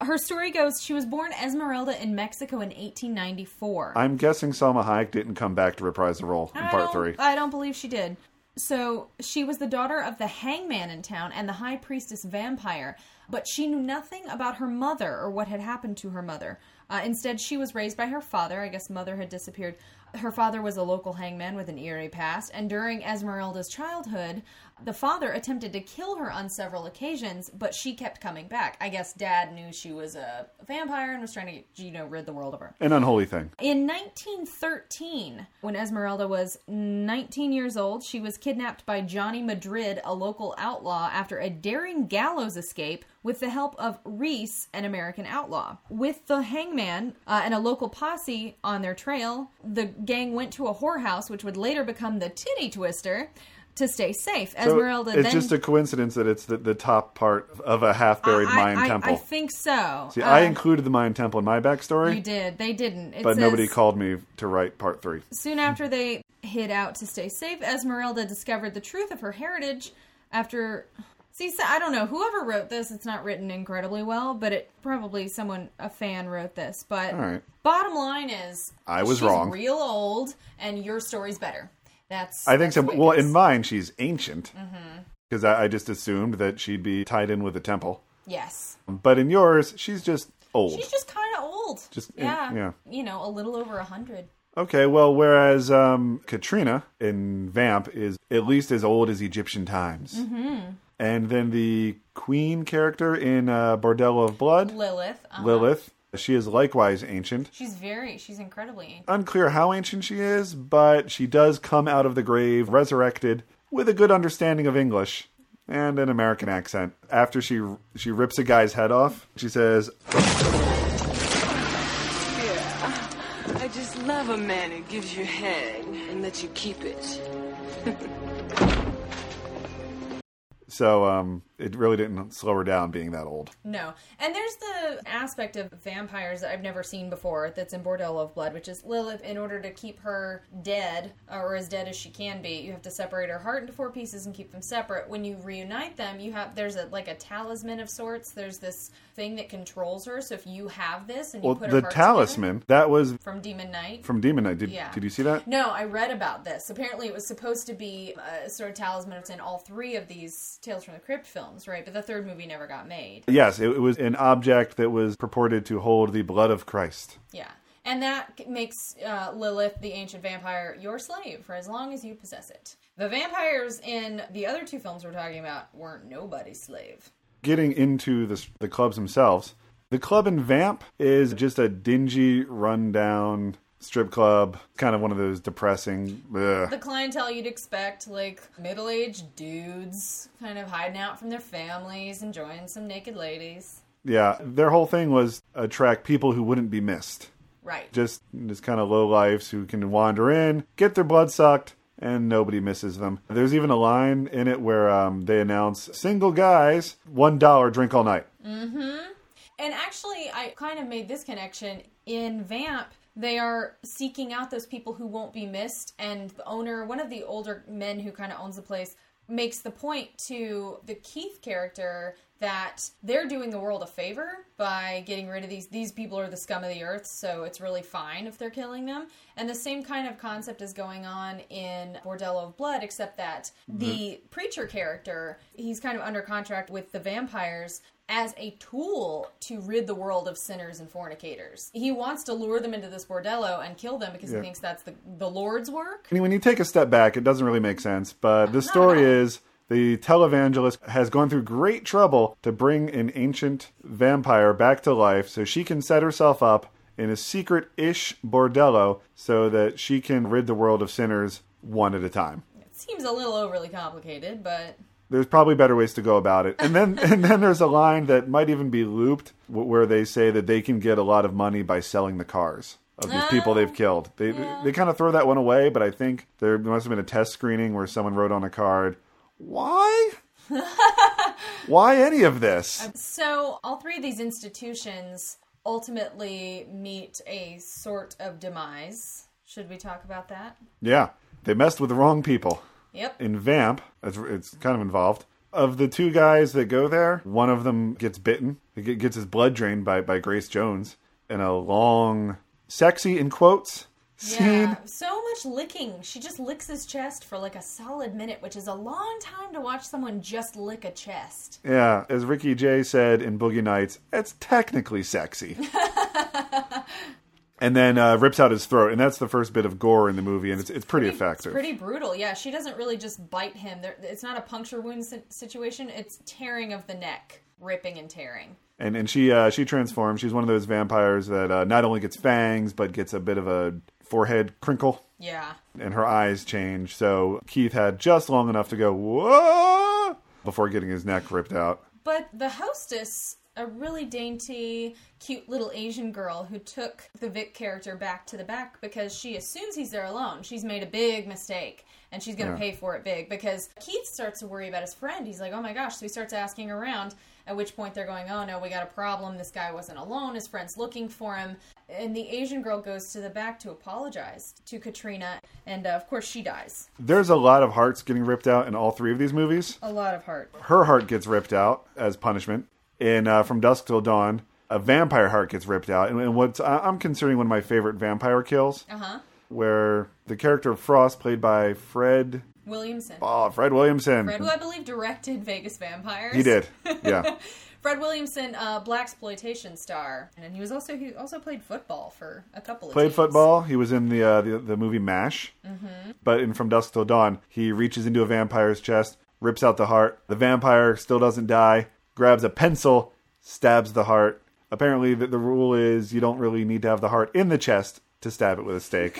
Speaker 8: Her story goes she was born Esmeralda in Mexico in 1894.
Speaker 1: I'm guessing Selma Hayek didn't come back to reprise the role in
Speaker 8: I
Speaker 1: part
Speaker 8: don't-
Speaker 1: three.
Speaker 8: I don't believe she did. So she was the daughter of the hangman in town and the high priestess vampire, but she knew nothing about her mother or what had happened to her mother. Uh, instead, she was raised by her father. I guess mother had disappeared. Her father was a local hangman with an eerie past, and during Esmeralda's childhood, the father attempted to kill her on several occasions, but she kept coming back. I guess dad knew she was a vampire and was trying to, you know, rid the world of her.
Speaker 1: An unholy thing.
Speaker 8: In 1913, when Esmeralda was 19 years old, she was kidnapped by Johnny Madrid, a local outlaw, after a daring gallows escape with the help of Reese, an American outlaw. With the hangman uh, and a local posse on their trail, the gang went to a whorehouse, which would later become the Titty Twister, to stay safe.
Speaker 1: So
Speaker 8: Esmeralda
Speaker 1: it's
Speaker 8: then.
Speaker 1: just a coincidence that it's the, the top part of a half buried
Speaker 8: Uh, I,
Speaker 1: Mayan
Speaker 8: I-
Speaker 1: temple.
Speaker 8: I think so.
Speaker 1: See,
Speaker 8: Uh,
Speaker 1: I included the Mayan temple in my backstory,
Speaker 8: You did. They didn't. It
Speaker 1: but
Speaker 8: says,
Speaker 1: nobody called me to write part three.
Speaker 8: Soon after they hid out to stay safe, Esmeralda discovered the truth of her heritage after. See, so I don't know. Whoever wrote this, it's not written incredibly well, but it probably someone, a fan, wrote this. But
Speaker 1: All right.
Speaker 8: bottom line is,
Speaker 1: I was
Speaker 8: she's
Speaker 1: wrong.
Speaker 8: Real old, and your story's better. That's
Speaker 1: I think
Speaker 8: that's
Speaker 1: so.
Speaker 8: the way it
Speaker 1: Well,
Speaker 8: is.
Speaker 1: in mine, she's ancient
Speaker 8: Mhm.
Speaker 1: because I, I just assumed that she'd be tied in with a temple.
Speaker 8: Yes,
Speaker 1: But in yours, she's just old.
Speaker 8: she's just kind of old.
Speaker 1: Just-
Speaker 8: yeah,
Speaker 1: yeah.
Speaker 8: you know, a little over a hundred.
Speaker 1: Okay, well, whereas um, Katrina in Vamp is at least as old as Egyptian times.
Speaker 8: Mm-hmm.
Speaker 1: And then the queen character in uh, Bordello of Blood,
Speaker 8: Lilith. uh-huh.
Speaker 1: Lilith, she is likewise ancient.
Speaker 8: She's very. She's incredibly. ancient.
Speaker 1: Unclear how ancient she is, but she does come out of the grave resurrected with a good understanding of English and an American accent. After she she rips a guy's head off, she says,
Speaker 13: I just love a man who gives you head and lets you keep it.
Speaker 1: so um, it really didn't slow her down being that old.
Speaker 8: No. And there's the aspect of vampires that I've never seen before that's in Bordello of Blood, which is Lilith, in order to keep her dead, or as dead as she can be, you have to separate her heart into four pieces and keep them separate. When you reunite them, you have there's a like a talisman of sorts. There's this thing that controls her. So if you have this and you
Speaker 1: Well,
Speaker 8: put
Speaker 1: the
Speaker 8: her heart
Speaker 1: talisman, that was
Speaker 8: together- from Demon Knight.
Speaker 1: from Demon Knight. Did,
Speaker 8: Yeah.
Speaker 1: did you see that?
Speaker 8: No, I read about this. Apparently, it was supposed to be a sort of talisman. It's in all three of these Tales from the Crypt films, right? But the third movie never got made.
Speaker 1: Yes, it, it was an object that was purported to hold the blood of Christ.
Speaker 8: Yeah. And that c- makes uh, Lilith, the ancient vampire, your slave for as long as you possess it. The vampires in the other two films we're talking about weren't nobody's slave.
Speaker 1: Getting into the, the clubs themselves, the club in Vamp is just a dingy, rundown strip club, kind of one of those depressing. Ugh.
Speaker 8: The clientele you'd expect, like middle aged dudes, kind of hiding out from their families, enjoying some naked ladies.
Speaker 1: Yeah, their whole thing was attract people who wouldn't be missed.
Speaker 8: Right.
Speaker 1: Just just kind of low lives who can wander in, get their blood sucked, and nobody misses them. There's even a line in it where um, they announce single guys, one dollar, drink all night.
Speaker 8: Mm-hmm. And actually, I kind of made this connection in Vamp. They are seeking out those people who won't be missed, and the owner, one of the older men who kind of owns the place, makes the point to the Keith character that they're doing the world a favor by getting rid of these these people are the scum of the earth so it's really fine if they're killing them and the same kind of concept is going on in bordello of blood except that the preacher character he's kind of under contract with the vampires as a tool to rid the world of sinners and fornicators he wants to lure them into this bordello and kill them because
Speaker 1: Yeah.
Speaker 8: he thinks that's the, the lord's work
Speaker 1: I mean, when you take a step back, it doesn't really make sense. But the story is the televangelist has gone through great trouble to bring an ancient vampire back to life so she can set herself up in a secret ish bordello so that she can rid the world of sinners one at a time.
Speaker 8: it seems a little overly complicated but
Speaker 1: There's probably better ways to go about it. And then and then there's a line that might even be looped wh- where they say that they can get a lot of money by selling the cars of these people they've killed. They they kind of throw that one away, but I think there must have been a test screening where someone wrote on a card, "Why? Why any of this?"
Speaker 8: So, all three of these institutions ultimately meet a sort of demise. Should we talk about that?
Speaker 1: Yeah, they messed with the wrong people.
Speaker 8: Yep.
Speaker 1: In Vamp, it's, it's kind of involved. Of the two guys that go there, one of them gets bitten. He get- gets his blood drained by, by Grace Jones in a long, sexy, in quotes,
Speaker 8: Yeah, so much licking. She just licks his chest for like a solid minute, which is a long time to watch someone just lick a chest.
Speaker 1: Yeah, as Ricky Jay said in Boogie Nights, it's technically sexy. and then uh, rips out his throat, and that's the first bit of gore in the movie, and it's it's pretty,
Speaker 8: It's
Speaker 1: effective.
Speaker 8: pretty brutal. Yeah, she doesn't really just bite him. There, it's not a puncture wound si- situation. It's tearing of the neck, ripping and tearing.
Speaker 1: and and she uh, she transforms. She's one of those vampires that uh, not only gets fangs but gets a bit of a forehead crinkle,
Speaker 8: Yeah.
Speaker 1: and her eyes change. So Keith had just long enough to go whoa before getting his neck ripped out.
Speaker 8: But the hostess, a really dainty, cute little Asian girl who took the Vic character back to the back because she assumes he's there alone. She's made a big mistake and she's going to
Speaker 14: Yeah.
Speaker 8: pay for it big because Keith starts to worry about his friend. He's like, oh my gosh. So he starts asking around, at which point they're going, oh no, we got a problem. This guy wasn't alone. His friend's looking for him. And the Asian girl goes to the back to apologize to Katrina. And uh, of course, she dies.
Speaker 1: There's a lot of hearts getting ripped out in all three of these movies.
Speaker 8: A lot of heart.
Speaker 1: Her heart gets ripped out as punishment. In uh, From Dusk Till Dawn, a vampire heart gets ripped out, and, and what's I- I'm considering one of my favorite vampire kills,
Speaker 8: Uh huh.
Speaker 1: where the character of Frost, played by Fred,
Speaker 8: Williamson.
Speaker 1: oh, Fred Williamson,
Speaker 8: Fred, who I believe directed Vegas Vampires.
Speaker 1: he did, yeah.
Speaker 8: Fred Williamson, uh, black exploitation star, and he was also he also played football for a couple of
Speaker 1: played football. He was in the, uh, the the movie Mash.
Speaker 8: Mhm.
Speaker 1: But in From Dusk Till Dawn, he reaches into a vampire's chest, rips out the heart. The vampire still doesn't die. Grabs a pencil, stabs the heart. Apparently, the, the rule is you don't really need to have the heart in the chest to stab it with a stake.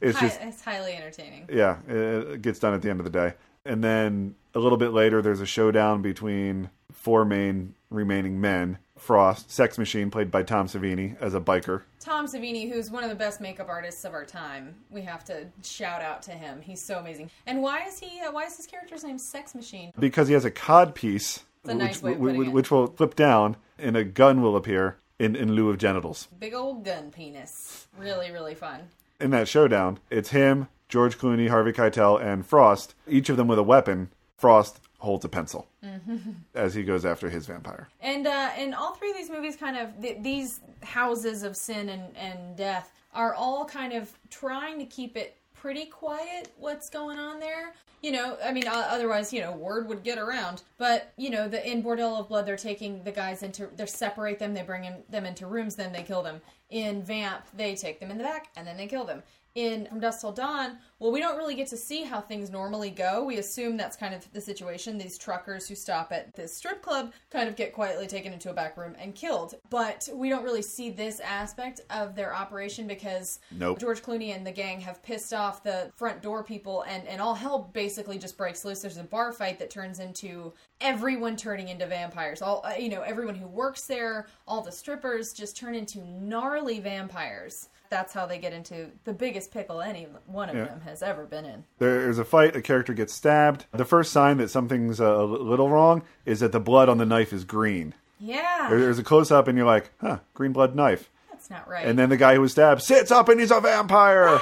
Speaker 1: it's
Speaker 8: Hi-
Speaker 1: just
Speaker 8: it's highly entertaining.
Speaker 1: yeah, it it gets done at the end of the day. And then a little bit later, there's a showdown between four main remaining men. Frost, Sex Machine, played by Tom Savini as a biker.
Speaker 8: Tom Savini, who's one of the best makeup artists of our time, we have to shout out to him. He's so amazing. And why is he? Uh, why is his character's name Sex Machine?
Speaker 1: because he has a cod piece,
Speaker 8: It's a nice way
Speaker 1: which,
Speaker 8: of putting
Speaker 1: which,
Speaker 8: it.
Speaker 1: which will flip down, and a gun will appear in, in lieu of genitals.
Speaker 8: Big old gun penis. Really, really fun.
Speaker 1: In that showdown, it's him, George Clooney, Harvey Keitel, and Frost, each of them with a weapon. Frost holds a pencil
Speaker 8: hmm
Speaker 1: as he goes after his vampire.
Speaker 8: And uh, and all three of these movies, kind of th- these houses of sin and and death, are all kind of trying to keep it pretty quiet. What's going on there? You know, I mean, uh, otherwise, you know, word would get around. But you know, the in Bordello of Blood, they're taking the guys into, they separate them, they bring in, them into rooms, then they kill them. In Vamp, they take them in the back and then they kill them. In From Dusk Till Dawn, well, we don't really get to see how things normally go. We assume that's kind of the situation. These truckers who stop at this strip club kind of get quietly taken into a back room and killed. But we don't really see this aspect of their operation because
Speaker 14: Nope.
Speaker 8: George Clooney and the gang have pissed off the front door people, and, and all hell basically just breaks loose. There's a bar fight that turns into everyone turning into vampires. All uh, you know, everyone who works there, all the strippers just turn into gnarly vampires. That's how they get into the biggest pickle any one of
Speaker 1: Yeah.
Speaker 8: them has ever been in.
Speaker 1: There's a fight, a character gets stabbed. The first sign that something's uh, a little wrong is that the blood on the knife is green.
Speaker 8: Yeah,
Speaker 1: There- There's a close up, and you're like, huh, green blood knife.
Speaker 8: that's not right.
Speaker 1: And then the guy who was stabbed sits up and he's a vampire.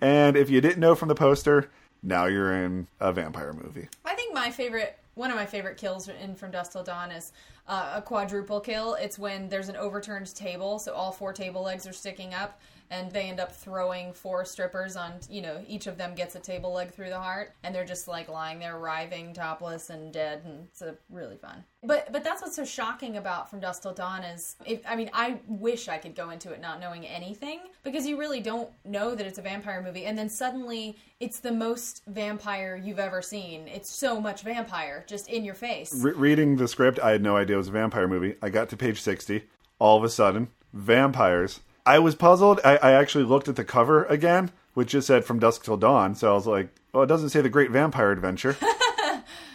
Speaker 1: and if you didn't know from the poster, now you're in a vampire movie.
Speaker 8: I think my favorite, one of my favorite kills in From Dusk Till Dawn is uh, a quadruple kill. It's when there's an overturned table, so all four table legs are sticking up, and they end up throwing four strippers on. You know, each of them gets a table leg through the heart, and they're just like lying there, writhing, topless, and dead, and it's a really fun. But but that's what's so shocking about From Dusk Till Dawn is, if, I mean, I wish I could go into it not knowing anything because you really don't know that it's a vampire movie, and then suddenly it's the most vampire you've ever seen. It's so much vampire just in your face.
Speaker 1: Re- reading the script, I had no idea it was a vampire movie. I got to page 60. All of a sudden, vampires. I was puzzled. I, I actually looked at the cover again, which just said From Dusk Till Dawn. So I was like, well, it doesn't say The Great Vampire Adventure.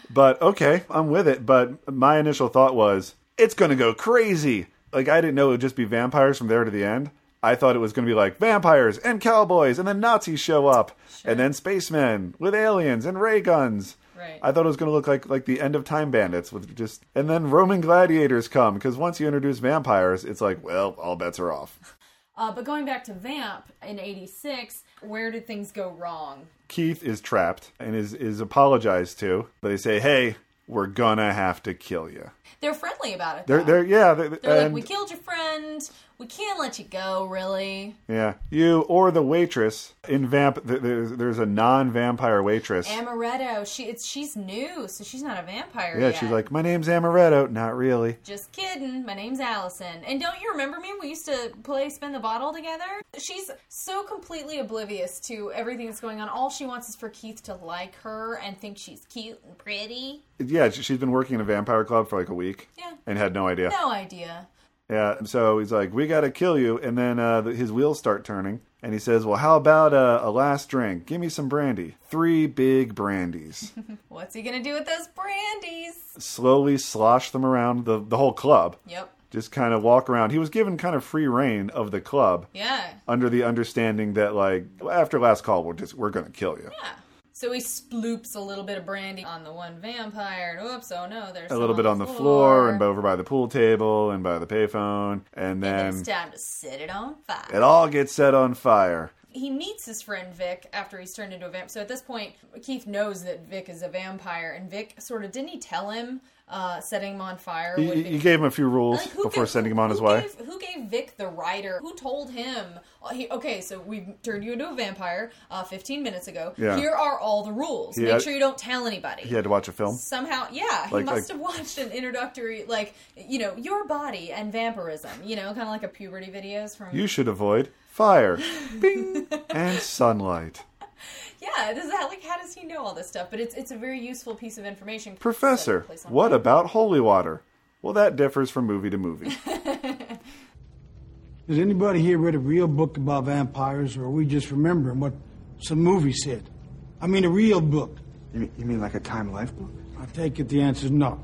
Speaker 1: but okay, I'm with it. But my initial thought was, it's going to go crazy. Like, I didn't know it would just be vampires from there to the end. I thought it was going to be like vampires and cowboys, and then Nazis show up, and then spacemen with aliens and ray guns.
Speaker 8: Right.
Speaker 1: I thought it was going to look like like the end of Time Bandits with just, and then Roman gladiators come because once you introduce vampires, it's like, well, all bets are off.
Speaker 8: Uh, but going back to Vamp in '86, where did things go wrong?
Speaker 1: Keith is trapped and is is apologized to, but they say, hey, we're gonna have to kill you.
Speaker 8: They're friendly about it.
Speaker 1: They're
Speaker 8: though.
Speaker 1: they're yeah, they're,
Speaker 8: They're like,
Speaker 1: and-
Speaker 8: we killed your friend. we can't let you go, really.
Speaker 1: Yeah, you or the waitress in vamp. th- There's there's a non-vampire waitress.
Speaker 8: Amaretto, she it's she's new, so she's not a vampire
Speaker 1: yeah,
Speaker 8: yet.
Speaker 1: she's like, my name's Amaretto. Not really.
Speaker 8: Just kidding. My name's Allison. And don't you remember me? We used to play spin the bottle together. She's so completely oblivious to everything that's going on. All she wants is for Keith to like her and think she's cute and pretty.
Speaker 1: Yeah, she- she's been working in a vampire club for like a week.
Speaker 8: Yeah.
Speaker 1: and had no idea.
Speaker 8: No idea.
Speaker 1: Yeah, and so he's like, "We gotta kill you," and then uh, th- his wheels start turning, and he says, "Well, how about uh, a last drink? Give me some brandy, three big
Speaker 8: [LAUGHS]
Speaker 1: brandies."
Speaker 8: What's he gonna do with those brandies?
Speaker 1: Slowly slosh them around the the whole club.
Speaker 8: Yep.
Speaker 1: Just kind of walk around. He was given kind of free reign of the club
Speaker 8: Yeah.
Speaker 1: under the understanding that, like, after last call, we're just we're gonna kill you.
Speaker 8: So he sploops a little bit of brandy on the one vampire. and Oops, oh no, there's
Speaker 1: a
Speaker 8: some
Speaker 1: little bit on the floor and over by the pool table and by the payphone, and
Speaker 8: And
Speaker 1: then
Speaker 8: it's time to set it on fire.
Speaker 1: it all gets set on fire.
Speaker 8: he meets his friend Vic after he's turned into a vamp. So at this point, Keith knows that Vic is a vampire, and Vic sort of didn't he tell him uh, setting him on fire?
Speaker 1: You,
Speaker 8: would be-
Speaker 1: you gave him a few rules
Speaker 8: Like, who
Speaker 1: before
Speaker 8: gave-
Speaker 1: sending him on his
Speaker 8: who
Speaker 1: way.
Speaker 8: gave- who gave Vic the rider? Who told him? oh, he- okay, so we turned you into a vampire uh, 15 minutes ago.
Speaker 1: Yeah.
Speaker 8: Here are all the rules.
Speaker 1: He
Speaker 8: Make
Speaker 1: had-
Speaker 8: sure you don't tell anybody.
Speaker 1: He had to watch a film.
Speaker 8: Somehow, yeah, he
Speaker 1: Like-
Speaker 8: must
Speaker 1: like-
Speaker 8: have watched an introductory, like you know, your body and vampirism. You know, kind of like a puberty videos from
Speaker 1: You should avoid
Speaker 8: [LAUGHS]
Speaker 1: fire, bing, and sunlight.
Speaker 8: Yeah, does that like how does he know all this stuff? But it's it's a very useful piece of information.
Speaker 1: Professor, what about holy water? Well, that differs from movie to movie.
Speaker 14: Has anybody here read a real book about vampires, or are we just remembering what some movie said? I mean, a real book. You mean, you mean like a Time Life book? I take it the answer's no.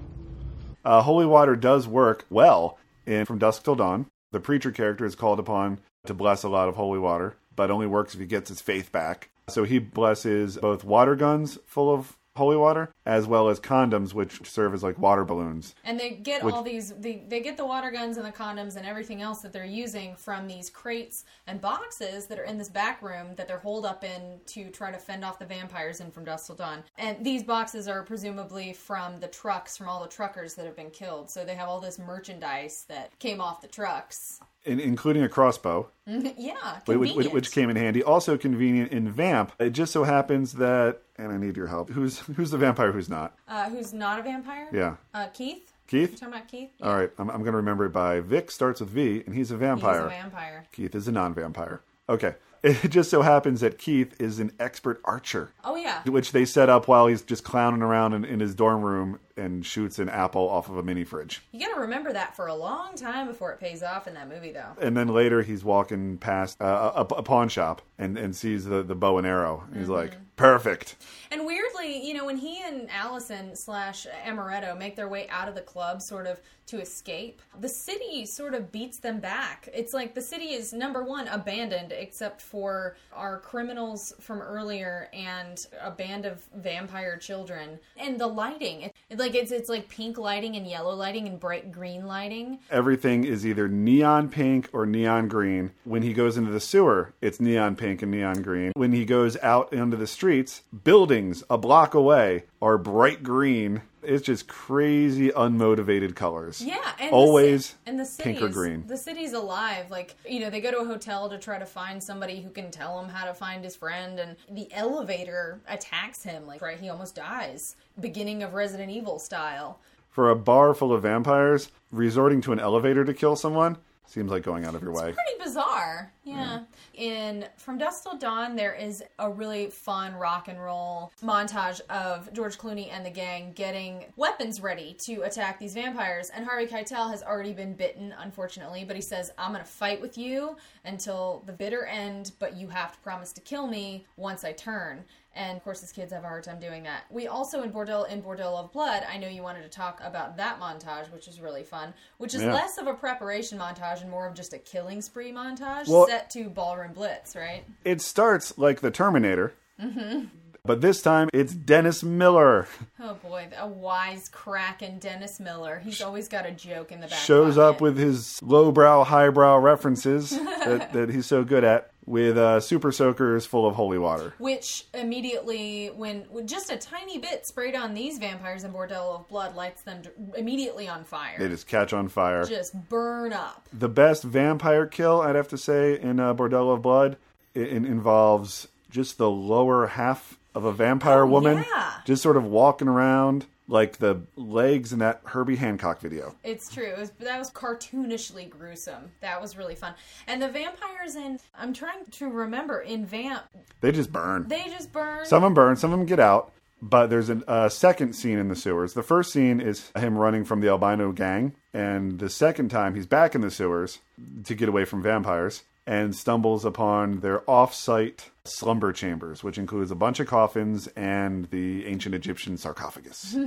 Speaker 1: Uh, holy water does work well in From Dusk Till Dawn. The preacher character is called upon to bless a lot of holy water, but only works if he gets his faith back. So he blesses both water guns full of holy water as well as condoms, which serve as like water balloons.
Speaker 8: And they get
Speaker 1: Which-
Speaker 8: all these they, they get the water guns and the condoms and everything else that they're using from these crates and boxes that are in this back room that they're holed up in to try to fend off the vampires in from Dusk Till Dawn. And these boxes are presumably from the trucks from all the truckers that have been killed. So they have all this merchandise that came off the trucks. [LAUGHS]
Speaker 1: in, including a crossbow,
Speaker 8: yeah,
Speaker 1: whi- which, which,
Speaker 8: convenient.
Speaker 1: which came in handy. Also convenient in Vamp. It just so happens that, and I need your help. Who's who's the vampire? Who's not?
Speaker 8: Uh, who's not a vampire?
Speaker 1: Yeah.
Speaker 8: Uh, Keith.
Speaker 1: Keith?
Speaker 8: You talking about Keith?
Speaker 1: All right, I'm, I'm going to remember it by Vic starts with V, and he's a vampire.
Speaker 8: He's a vampire.
Speaker 1: Keith is a non-vampire. Okay. [LAUGHS] It just so happens that Keith is an expert archer.
Speaker 8: Oh, yeah.
Speaker 1: Which they set up while he's just clowning around in, in his dorm room and shoots an apple off of a mini fridge.
Speaker 8: You gotta remember that for a long time before it pays off in that movie, though.
Speaker 1: And then later he's walking past uh, a, a pawn shop and, and sees the, the bow and arrow. And
Speaker 8: Mm-hmm.
Speaker 1: he's like, perfect.
Speaker 8: And weirdly, you know, when he and Allison slash Amaretto make their way out of the club, sort of to escape, the city sort of beats them back. It's like the city is number one abandoned, except for our criminals from earlier and a band of vampire children. And the lighting, it, like it's it's like pink lighting and yellow lighting and bright green lighting.
Speaker 1: everything is either neon pink or neon green. When he goes into the sewer, it's neon pink and neon green. When he goes out into the streets, buildings a block away are bright green. It's just crazy unmotivated colors.
Speaker 8: Yeah, and
Speaker 1: always
Speaker 8: the, ci- and the city's,
Speaker 1: pink or green.
Speaker 8: The city's alive. Like you know, they go to a hotel to try to find somebody who can tell him how to find his friend, and the elevator attacks him. Like right, he almost dies. Beginning of Resident Evil style.
Speaker 1: For a bar full of vampires, resorting to an elevator to kill someone seems like going out of your way.
Speaker 8: Pretty bizarre. Yeah. In From Dusk Till Dawn, there is a really fun rock and roll montage of George Clooney and the gang getting weapons ready to attack these vampires. And Harvey Keitel has already been bitten, unfortunately, but he says, I'm going to fight with you until the bitter end, but you have to promise to kill me once I turn. And of course, his kids have a hard time doing that. We also in Bordello in Bordello of Blood. I know you wanted to talk about that montage, which is really fun, which is
Speaker 1: Yeah.
Speaker 8: less of a preparation montage and more of just a killing spree montage
Speaker 1: Well-
Speaker 8: set to ballroom blitz, right?
Speaker 1: It starts like the Terminator,
Speaker 8: Mm-hmm.
Speaker 1: but this time it's Dennis Miller.
Speaker 8: Oh boy, a wise crack and Dennis Miller. He's always got a joke in the back. [LAUGHS]
Speaker 1: shows up with his lowbrow, highbrow references that, that he's so good at. with uh, super soakers full of holy water.
Speaker 8: Which immediately, when with just a tiny bit sprayed on these vampires in Bordello of Blood, lights them d- immediately on fire.
Speaker 1: They just catch on fire.
Speaker 8: Just burn up.
Speaker 1: The best vampire kill, I'd have to say, in uh, Bordello of Blood, it, it involves just the lower half of a vampire
Speaker 8: Oh,
Speaker 1: woman, just sort of walking around like the legs in that Herbie Hancock video.
Speaker 8: It's true. It was, that was cartoonishly gruesome. That was really fun. And the vampires in, I'm trying to remember, in Vamp,
Speaker 1: They just burn.
Speaker 8: they just burn.
Speaker 1: Some of them burn, some of them get out. But there's a uh, second scene in the sewers. The first scene is him running from the albino gang, and the second time he's back in the sewers to get away from vampires and stumbles upon their off-site slumber chambers, which includes a bunch of coffins and the ancient Egyptian sarcophagus.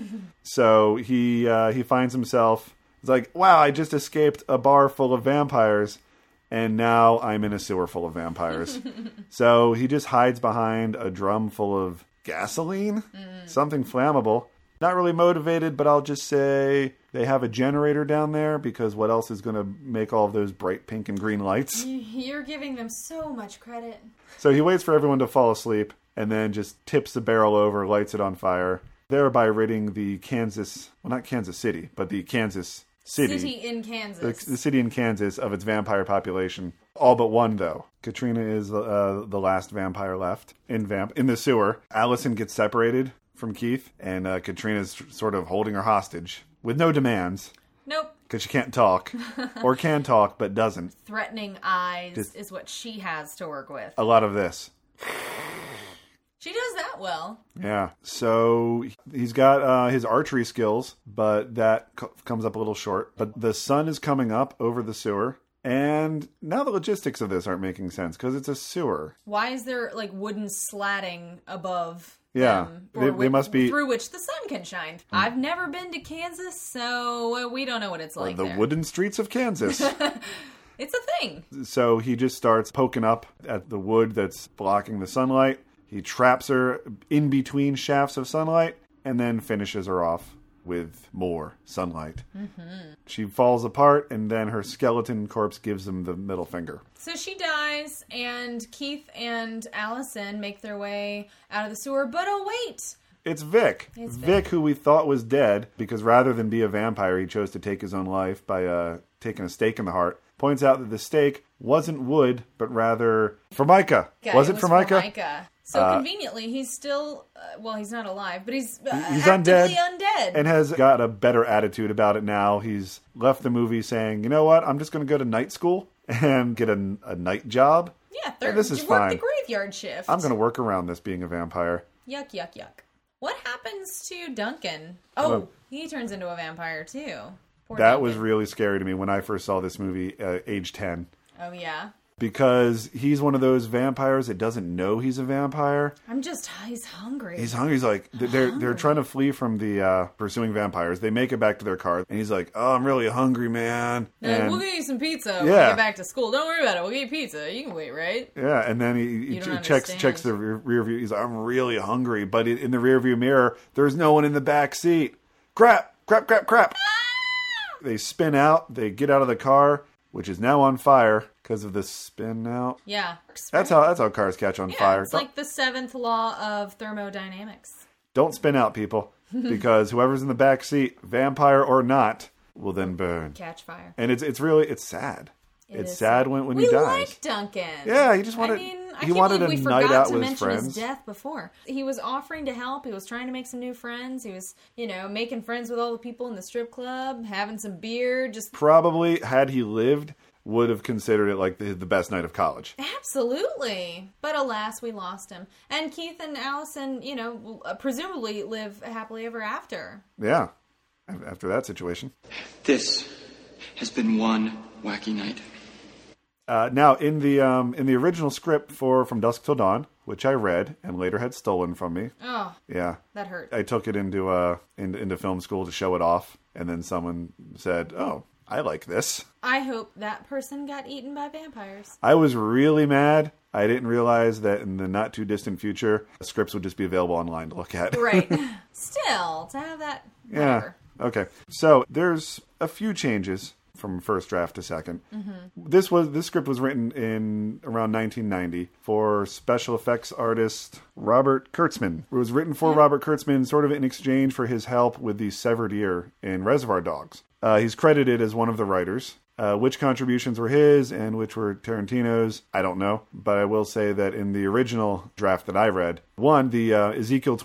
Speaker 1: So he uh, he finds himself. He's like, "Wow, I just escaped a bar full of vampires, and now I'm in a sewer full of vampires." so he just hides behind a drum full of gasoline, something flammable. Not really motivated, but I'll just say they have a generator down there because what else is going to make all of those bright pink and green lights?
Speaker 8: You're giving them so much credit.
Speaker 1: So he waits for everyone to fall asleep and then just tips the barrel over, lights it on fire, thereby ridding the Kansas, well, not Kansas City, but the Kansas City.
Speaker 8: in
Speaker 1: the,
Speaker 8: Kansas.
Speaker 1: the city in Kansas of its vampire population. All but one, though. Katrina is uh, the last vampire left in vamp in the sewer. Allison gets separated from Keith, and uh, Katrina's sort of holding her hostage with no demands
Speaker 8: Nope.
Speaker 1: because she can't talk, or can talk but doesn't.
Speaker 8: Threatening eyes
Speaker 1: Just-
Speaker 8: is what she has to work with.
Speaker 1: A lot of this.
Speaker 8: She does that well.
Speaker 1: Yeah. So he's got uh, his archery skills, but that co- comes up a little short. But the sun is coming up over the sewer. And now the logistics of this aren't making sense because it's a sewer.
Speaker 8: Why is there like wooden slatting above?
Speaker 1: Yeah.
Speaker 8: them,
Speaker 1: They- they
Speaker 8: with-
Speaker 1: must be- Hmm.
Speaker 8: through which the sun can shine. I've never been to Kansas, so uh, we don't know what it's
Speaker 1: Or
Speaker 8: like
Speaker 1: the
Speaker 8: there.
Speaker 1: wooden streets of Kansas.
Speaker 8: It's a thing.
Speaker 1: so he just starts poking up at the wood that's blocking the sunlight. He traps her in between shafts of sunlight and then finishes her off with more sunlight.
Speaker 8: hmm
Speaker 1: She falls apart, and then her skeleton corpse gives him the middle finger.
Speaker 8: So she dies, and Keith and Allison make their way out of the sewer. But oh wait,
Speaker 1: It's Vic.
Speaker 8: It's
Speaker 1: Vic.
Speaker 8: Vic.
Speaker 1: who we thought was dead, because rather than be a vampire, he chose to take his own life by uh, taking a stake in the heart. Points out that the stake wasn't wood, but rather formica.
Speaker 8: Okay,
Speaker 1: was it, formica?
Speaker 8: Formica. So
Speaker 1: Uh,
Speaker 8: conveniently, he's still uh, well. He's not alive, but he's uh,
Speaker 1: He's
Speaker 8: actively
Speaker 1: undead,
Speaker 8: undead.
Speaker 1: and has got a better attitude about it now. He's left the movie saying, "You know what? I'm just going to go to night school and get a, a night job.
Speaker 8: yeah,
Speaker 1: Yeah,
Speaker 8: third,
Speaker 1: this is
Speaker 8: you work
Speaker 1: fine.
Speaker 8: the graveyard shift.
Speaker 1: I'm going to work around this being a vampire."
Speaker 8: Yuck, yuck, yuck. What happens to Duncan? Oh,
Speaker 1: Well-
Speaker 8: he turns into a vampire too. Poor
Speaker 1: that
Speaker 8: Duncan.
Speaker 1: was really scary to me when I first saw this movie, uh, age ten.
Speaker 8: Oh yeah.
Speaker 1: because he's one of those vampires that doesn't know he's a vampire.
Speaker 8: I'm just. He's hungry. Uh,
Speaker 1: He's hungry. He's like they're they're- they're trying to flee from the uh, pursuing vampires. They make it back to their car, and he's like, "Oh, I'm really hungry, man."
Speaker 8: They're like,
Speaker 1: And-
Speaker 8: we'll get you some pizza when
Speaker 1: Yeah.
Speaker 8: we get back to school. Don't worry about it. We'll get you pizza. You can wait, right?
Speaker 1: yeah, and then he, he
Speaker 8: You
Speaker 1: ch-
Speaker 8: don't
Speaker 1: checks
Speaker 8: understand.
Speaker 1: checks the rear, rear view. He's like, "I'm really hungry," but i- in the rear view mirror, there's no one in the back seat. Crap! Crap! Crap! Crap!
Speaker 8: Ah!
Speaker 1: they spin out. They get out of the car, which is now on fire because of the spin out.
Speaker 8: Yeah.
Speaker 1: That's how that's how cars catch on
Speaker 8: Yeah,
Speaker 1: fire.
Speaker 8: It's
Speaker 1: Don't-
Speaker 8: like the seventh law of thermodynamics.
Speaker 1: Don't spin out,
Speaker 8: [LAUGHS]
Speaker 1: people, because whoever's in the back seat, vampire or not, will then burn.
Speaker 8: Catch fire.
Speaker 1: And it's it's really it's sad.
Speaker 8: It
Speaker 1: it's
Speaker 8: is
Speaker 1: sad when when
Speaker 8: we
Speaker 1: he dies.
Speaker 8: like Duncan.
Speaker 1: Yeah, he just wanted-
Speaker 8: I mean, I
Speaker 1: he
Speaker 8: can't
Speaker 1: wanted
Speaker 8: believe
Speaker 1: a
Speaker 8: we
Speaker 1: night
Speaker 8: forgot
Speaker 1: out
Speaker 8: to
Speaker 1: with his
Speaker 8: mention
Speaker 1: friends.
Speaker 8: his death before. He was offering to help. He was trying to make some new friends. He was, you know, making friends with all the people in the strip club, having some beer. Just
Speaker 1: Probably had he lived, would have considered it like the, the best night of college.
Speaker 8: absolutely. But alas, we lost him. And Keith and Allison, you know, uh, presumably live happily ever after.
Speaker 1: Yeah, af- after that situation.
Speaker 5: This has been one wacky night.
Speaker 1: Uh, now in the um, in the original script for From Dusk Till Dawn, which I read and later had stolen from me.
Speaker 8: Oh,
Speaker 1: Yeah,
Speaker 8: that hurt.
Speaker 1: I took it into uh in, into film school to show it off, and then someone said, "Oh, I like this."
Speaker 8: I hope that person got eaten
Speaker 1: [LAUGHS]
Speaker 8: by vampires.
Speaker 1: I was really mad. I didn't realize that in the not too distant future, scripts would just be available online to look at.
Speaker 8: Right. [LAUGHS] Still, to have that
Speaker 1: yeah. Okay. So there's a few changes from first draft to 2nd
Speaker 15: Mhm.
Speaker 1: This was this script was written in around 1990 for special effects artist Robert Kurtzman. It was written for Robert Kurtzman, sort of in exchange for his help with the severed ear in Reservoir Dogs. Uh, he's credited as one of the writers. Uh, which contributions were his and which were Tarantino's, I don't know. But I will say that in the original draft that I read, one, the uh, Ezekiel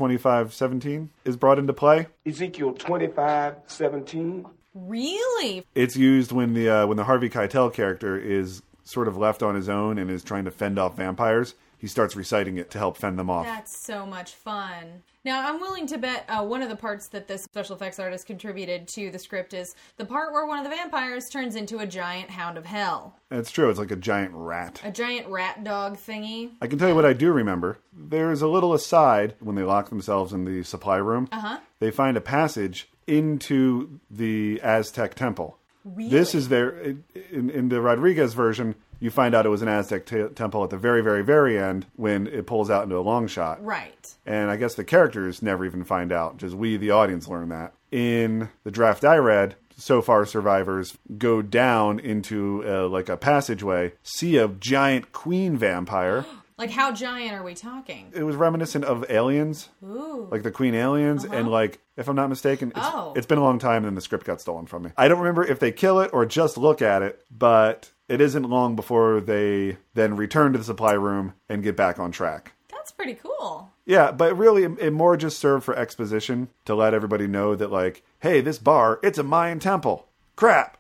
Speaker 1: 2517 is brought into play.
Speaker 11: Ezekiel 25, 17.
Speaker 8: Really?
Speaker 1: It's used when the uh, when the Harvey Keitel character is sort of left on his own and is trying to fend off vampires. He starts reciting it to help fend them off.
Speaker 8: That's so much fun. Now, I'm willing to bet uh, one of the parts that this special effects artist contributed to the script is the part where one of the vampires turns into a giant hound of hell,
Speaker 1: That's true. It's like a giant rat.
Speaker 8: a giant rat dog thingy.
Speaker 1: I can tell you what I do remember. There's a little aside when they lock themselves in the supply room.
Speaker 8: Uh huh.
Speaker 1: They find a passage into the Aztec temple.
Speaker 8: Really?
Speaker 1: This is their in, in the Rodriguez version. You find out it was an Aztec t- temple at the very, very, very end when it pulls out into a long shot.
Speaker 8: Right.
Speaker 1: And I guess the characters never even find out. Just we, the audience, learn that. In the draft I read, so far survivors go down into uh, like a passageway, see a giant queen
Speaker 8: [GASPS]
Speaker 1: vampire.
Speaker 8: Like, how giant are we talking?
Speaker 1: It was reminiscent of aliens,
Speaker 8: Ooh. Uh-huh.
Speaker 1: like the queen aliens, and like if I'm not mistaken, it's,
Speaker 8: Oh.
Speaker 1: it's been a long time and the script got stolen from me. I don't remember if they kill it or just look at it, but it isn't long before they then return to the supply room and get back on track.
Speaker 8: That's pretty cool.
Speaker 1: Yeah, but really, it, it more just served for exposition to let everybody know that, like, hey, this bar, it's a Mayan temple.
Speaker 8: [LAUGHS]
Speaker 1: Crap.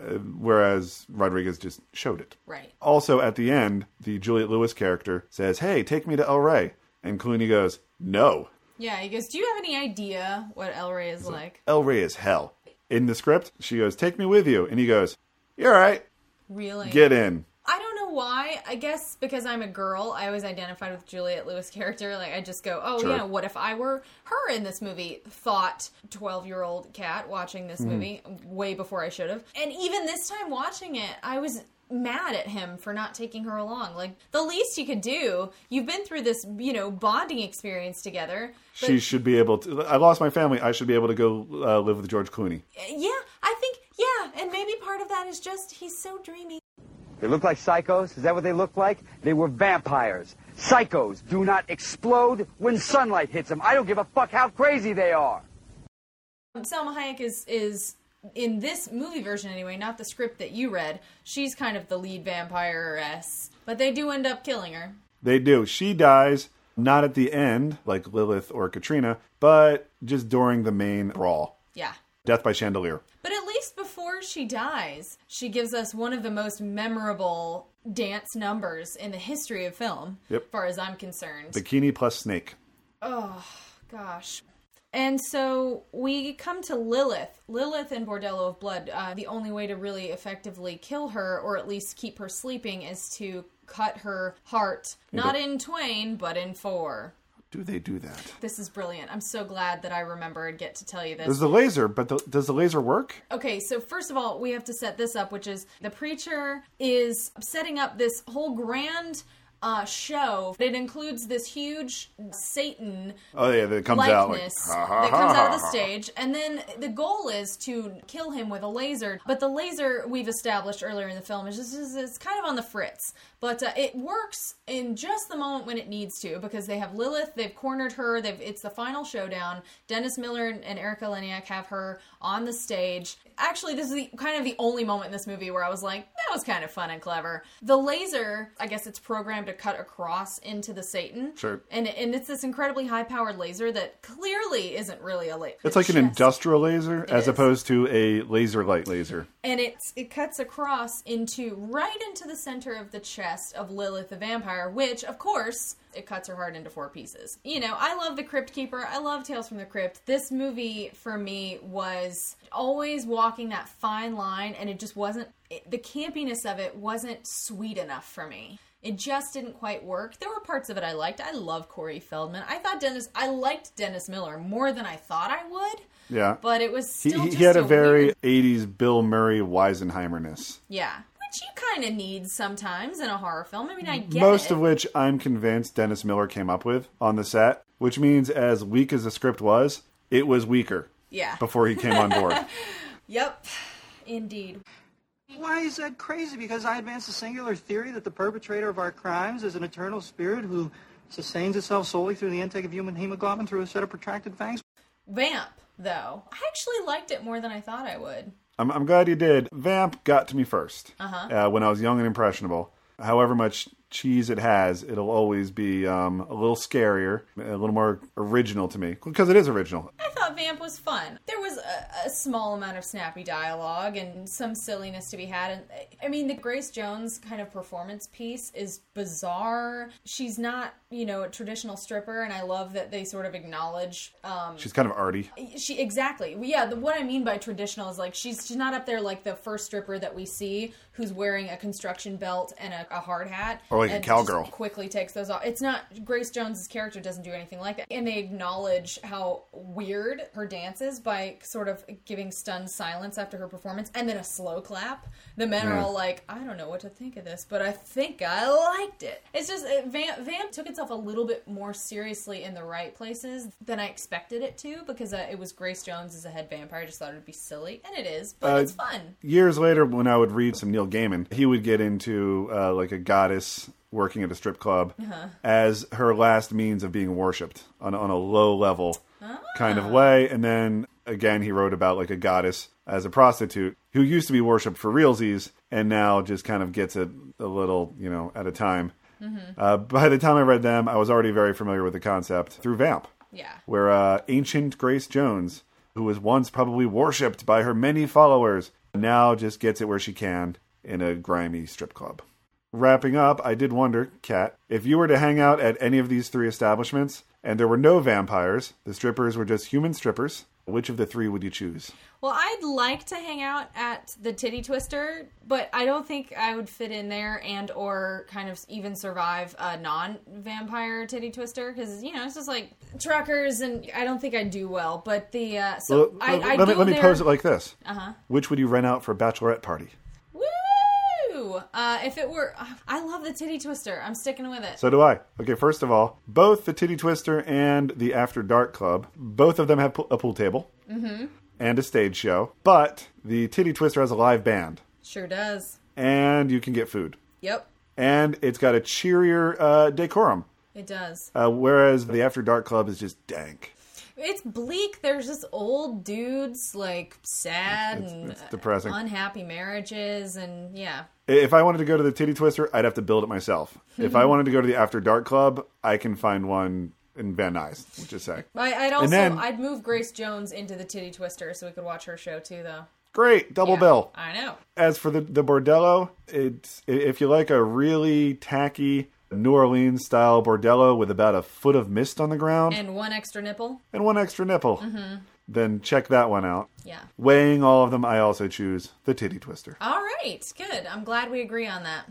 Speaker 1: Uh, whereas Rodriguez just showed it.
Speaker 8: Right.
Speaker 1: Also, at the end, the Juliet Lewis character says, hey, take me to El Rey. And Clooney goes, no,
Speaker 8: Yeah, he goes, Do you have any idea what El Rey is like?
Speaker 1: El Rey is hell. In the script, she goes, take me with you. And he goes, you're all right,
Speaker 8: Really?
Speaker 1: get in.
Speaker 8: I don't know why. I guess because I'm a girl, I always identified with Juliet Lewis character. Like I just go, oh
Speaker 1: Sure.
Speaker 8: yeah, what if I were her in this movie? Thought twelve year old cat watching this
Speaker 1: Mhm.
Speaker 8: movie way before I should have. And even this time watching it, I was mad at him for not taking her along. Like the least you could do. You've been through this, you know, bonding experience together. But
Speaker 1: She should be able to. I lost my family. I should be able to go uh, live with George Clooney.
Speaker 8: yeah, I think yeah, and maybe part of that is just he's so dreamy.
Speaker 6: They look like psychos? Is that what they look like? They were vampires. Psychos do not explode when sunlight hits them. I don't give a fuck how crazy they are.
Speaker 8: Selma Hayek is is in this movie version anyway, not the script that you read. She's kind of the lead vampire s, but they do end up killing her.
Speaker 1: They do. She dies not at the end, like Lilith or Katrina, but just during the main brawl.
Speaker 8: Yeah.
Speaker 1: Death by chandelier.
Speaker 8: But at least before she dies, she gives us one of the most memorable dance numbers in the history of film,
Speaker 1: Yep.
Speaker 8: as far as I'm concerned.
Speaker 1: Bikini plus snake.
Speaker 8: Oh, gosh. And so we come to Lilith. Lilith in Bordello of Blood, uh, the only way to really effectively kill her, or at least keep her sleeping, is to cut her heart,
Speaker 1: Into-
Speaker 8: not in twain, but in four.
Speaker 1: Do they do that?
Speaker 8: This is brilliant. I'm so glad that I remembered get to tell you this.
Speaker 1: There's the laser, but the, does the laser work?
Speaker 8: Okay, so first of all, we have to set this up, which is the preacher is setting up this whole grand uh, show. It includes this huge Satan
Speaker 1: Oh, yeah, that comes out like,
Speaker 8: likeness
Speaker 1: "Ha, ha,
Speaker 8: that
Speaker 1: ha,
Speaker 8: comes
Speaker 1: ha,
Speaker 8: out of
Speaker 1: [LAUGHS]
Speaker 8: the
Speaker 1: ha."
Speaker 8: stage, and then the goal is to kill him with a laser. But the laser we've established earlier in the film is just is, is kind of on the fritz, but uh, it works in just the moment when it needs to because they have Lilith, they've cornered her, they've it's the final showdown. Dennis Miller and Erica Leniak have her on the stage. Actually, this is the, kind of the only moment in this movie where I was like, that was kind of fun and clever. The laser, I guess it's programmed to cut across into the Satan.
Speaker 1: Sure.
Speaker 8: And and it's this incredibly high powered laser that clearly isn't really a laser.
Speaker 1: It's like an industrial laser
Speaker 8: It
Speaker 1: as
Speaker 8: is.
Speaker 1: opposed to a laser light laser.
Speaker 8: And it's it cuts across into right into the center of the chest of Lilith the vampire, which of course it cuts her heart into four pieces. You know, I love The Crypt Keeper. I love Tales from the Crypt. This movie for me was always walking that fine line and it just wasn't it, the campiness of it wasn't sweet enough for me. It just didn't quite work. There were parts of it I liked. I love Corey Feldman. I thought Dennis I liked Dennis Miller more than I thought I would,
Speaker 1: Yeah.
Speaker 8: but it was
Speaker 1: He,
Speaker 8: still
Speaker 1: he,
Speaker 8: just
Speaker 1: he had a
Speaker 8: weird-
Speaker 1: very 80s Bill Murray Weisenheimerness.
Speaker 8: yeah, which you kind of need sometimes in a horror film. I mean, I get
Speaker 1: most
Speaker 8: it.
Speaker 1: of which I'm convinced Dennis Miller came up with on the set, which means as weak as the script was, it was weaker
Speaker 8: Yeah. [LAUGHS]
Speaker 1: before he came on board.
Speaker 8: Yep. [SIGHS] Indeed.
Speaker 15: Why is that crazy? Because I advance the singular theory that the perpetrator of our crimes is an eternal spirit who sustains itself solely through the intake of human hemoglobin through a set of protracted fangs.
Speaker 8: Vamp, though. I actually liked it more than I thought I would.
Speaker 1: I'm, I'm glad you did. Vamp got to me 1st
Speaker 8: Uh-huh.
Speaker 1: uh, when I was young and impressionable. However much cheese it has, it'll always be um, a little scarier, a little more original to me because it is original.
Speaker 8: I thought Vamp was fun. There was a, a small amount of snappy dialogue and some silliness to be had. And I mean, the Grace Jones kind of performance piece is bizarre. She's not, you know, a traditional stripper, and I love that they sort of acknowledge. Um,
Speaker 1: She's kind of arty.
Speaker 8: she exactly Well, yeah the, what i mean by traditional is like she's she's not up there like the first stripper that we see who's wearing a construction belt and a, a hard hat
Speaker 1: Or like a
Speaker 8: and
Speaker 1: cowgirl.
Speaker 8: just quickly takes those off it's not grace jones's character doesn't do anything like that and they acknowledge how weird her dance is by sort of giving stunned silence after her performance and then a slow clap the men are
Speaker 16: Yeah.
Speaker 8: all like i don't know what to think of this but i think i liked it it's just it, vamp, vamp took itself a little bit more seriously in the right places than i expected it to because uh, it was grace jones as a head vampire i just thought it would be silly and it is but
Speaker 1: Uh,
Speaker 8: it's fun
Speaker 1: Years later, when I would read some Neil Gaiman, he would get into uh, like a goddess working at a strip club
Speaker 8: Uh-huh.
Speaker 1: as her last means of being worshipped on, on a low level kind
Speaker 8: Ah.
Speaker 1: of way. And then again, he wrote about like a goddess as a prostitute who used to be worshipped for realsies and now just kind of gets it a little, you know, at a time.
Speaker 8: Mhm.
Speaker 1: Uh, by the time I read them, I was already very familiar with the concept through Vamp
Speaker 8: yeah
Speaker 1: where uh, ancient Grace Jones, who was once probably worshipped by her many followers, now just gets it where she can in a grimy strip club. Wrapping up, I did wonder, Kat, if you were to hang out at any of these three establishments and there were no vampires, the strippers were just human strippers, which of the three would you choose?
Speaker 8: well i'd like to hang out at the titty twister but i don't think i would fit in there and or kind of even survive a non-vampire titty twister because you know it's just like truckers and i don't think i'd do well but the uh so
Speaker 1: Well,
Speaker 8: I,
Speaker 1: let
Speaker 8: I
Speaker 1: let me,
Speaker 8: go
Speaker 1: let me
Speaker 8: there-
Speaker 1: pose it like this
Speaker 8: uh-huh
Speaker 1: Which would you rent out for a bachelorette party?
Speaker 8: Woo! Uh, if it were, I love the titty twister. I'm sticking with it.
Speaker 1: So do I. Okay, first of all, both the Titty Twister and the After Dark Club, both of them have po- a pool table.
Speaker 8: mm-hmm.
Speaker 1: and a stage show, but the Titty Twister has a live band,
Speaker 8: Sure does.
Speaker 1: and you can get food,
Speaker 8: Yep,
Speaker 1: and it's got a cheerier uh, decorum,
Speaker 8: it does.
Speaker 1: uh, whereas the After Dark Club is just dank.
Speaker 8: It's bleak. There's just old dudes, like sad and
Speaker 1: it's depressing.
Speaker 8: unhappy marriages, and yeah.
Speaker 1: I- If I wanted to go to the Titty Twister, I'd have to build it
Speaker 8: [LAUGHS]
Speaker 1: myself. if I wanted to go to the After Dark Club, I can find one in Van Nuys, which is sick.
Speaker 8: I, I'd also
Speaker 1: and then,
Speaker 8: I'd move Grace Jones into the titty twister so we could watch her show too, though.
Speaker 1: great double
Speaker 8: Yeah,
Speaker 1: bill.
Speaker 8: I know.
Speaker 1: As for the the bordello, it's i- if you like a really tacky New Orleans style bordello with about a foot of mist on the ground
Speaker 8: And one extra nipple.
Speaker 1: and one extra nipple.
Speaker 8: Mm-hmm.
Speaker 1: then check that one out.
Speaker 8: Yeah. Oh.
Speaker 1: Weighing all of them, I also choose the Titty Twister.
Speaker 8: All right, good. I'm glad we agree on that.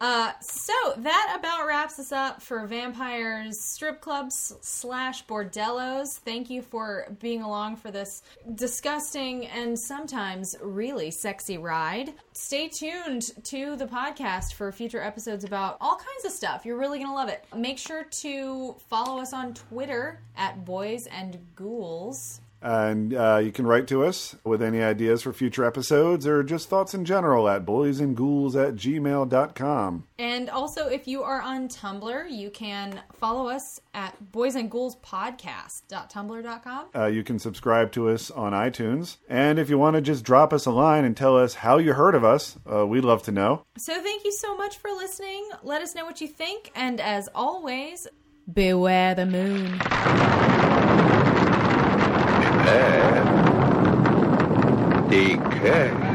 Speaker 8: Uh, so that about wraps us up for vampires, strip clubs slash bordellos. Thank you for being along for this disgusting and sometimes really sexy ride. Stay tuned to the podcast for future episodes about all kinds of stuff. You're really gonna love it. Make sure to follow us on Twitter at Boys and Ghouls.
Speaker 1: And uh, you can write to us with any ideas for future episodes or just thoughts in general at boysandghouls at gmail.com.
Speaker 8: And also, if you are on Tumblr, you can follow us at Boys and Ghouls boysandghoulspodcast.tumblr.com.
Speaker 1: Uh, you can subscribe to us on iTunes. And if you want to just drop us a line and tell us how you heard of us, uh, we'd love to know.
Speaker 8: So, thank you so much for listening. Let us know what you think. And as always, beware the moon.
Speaker 17: Decay.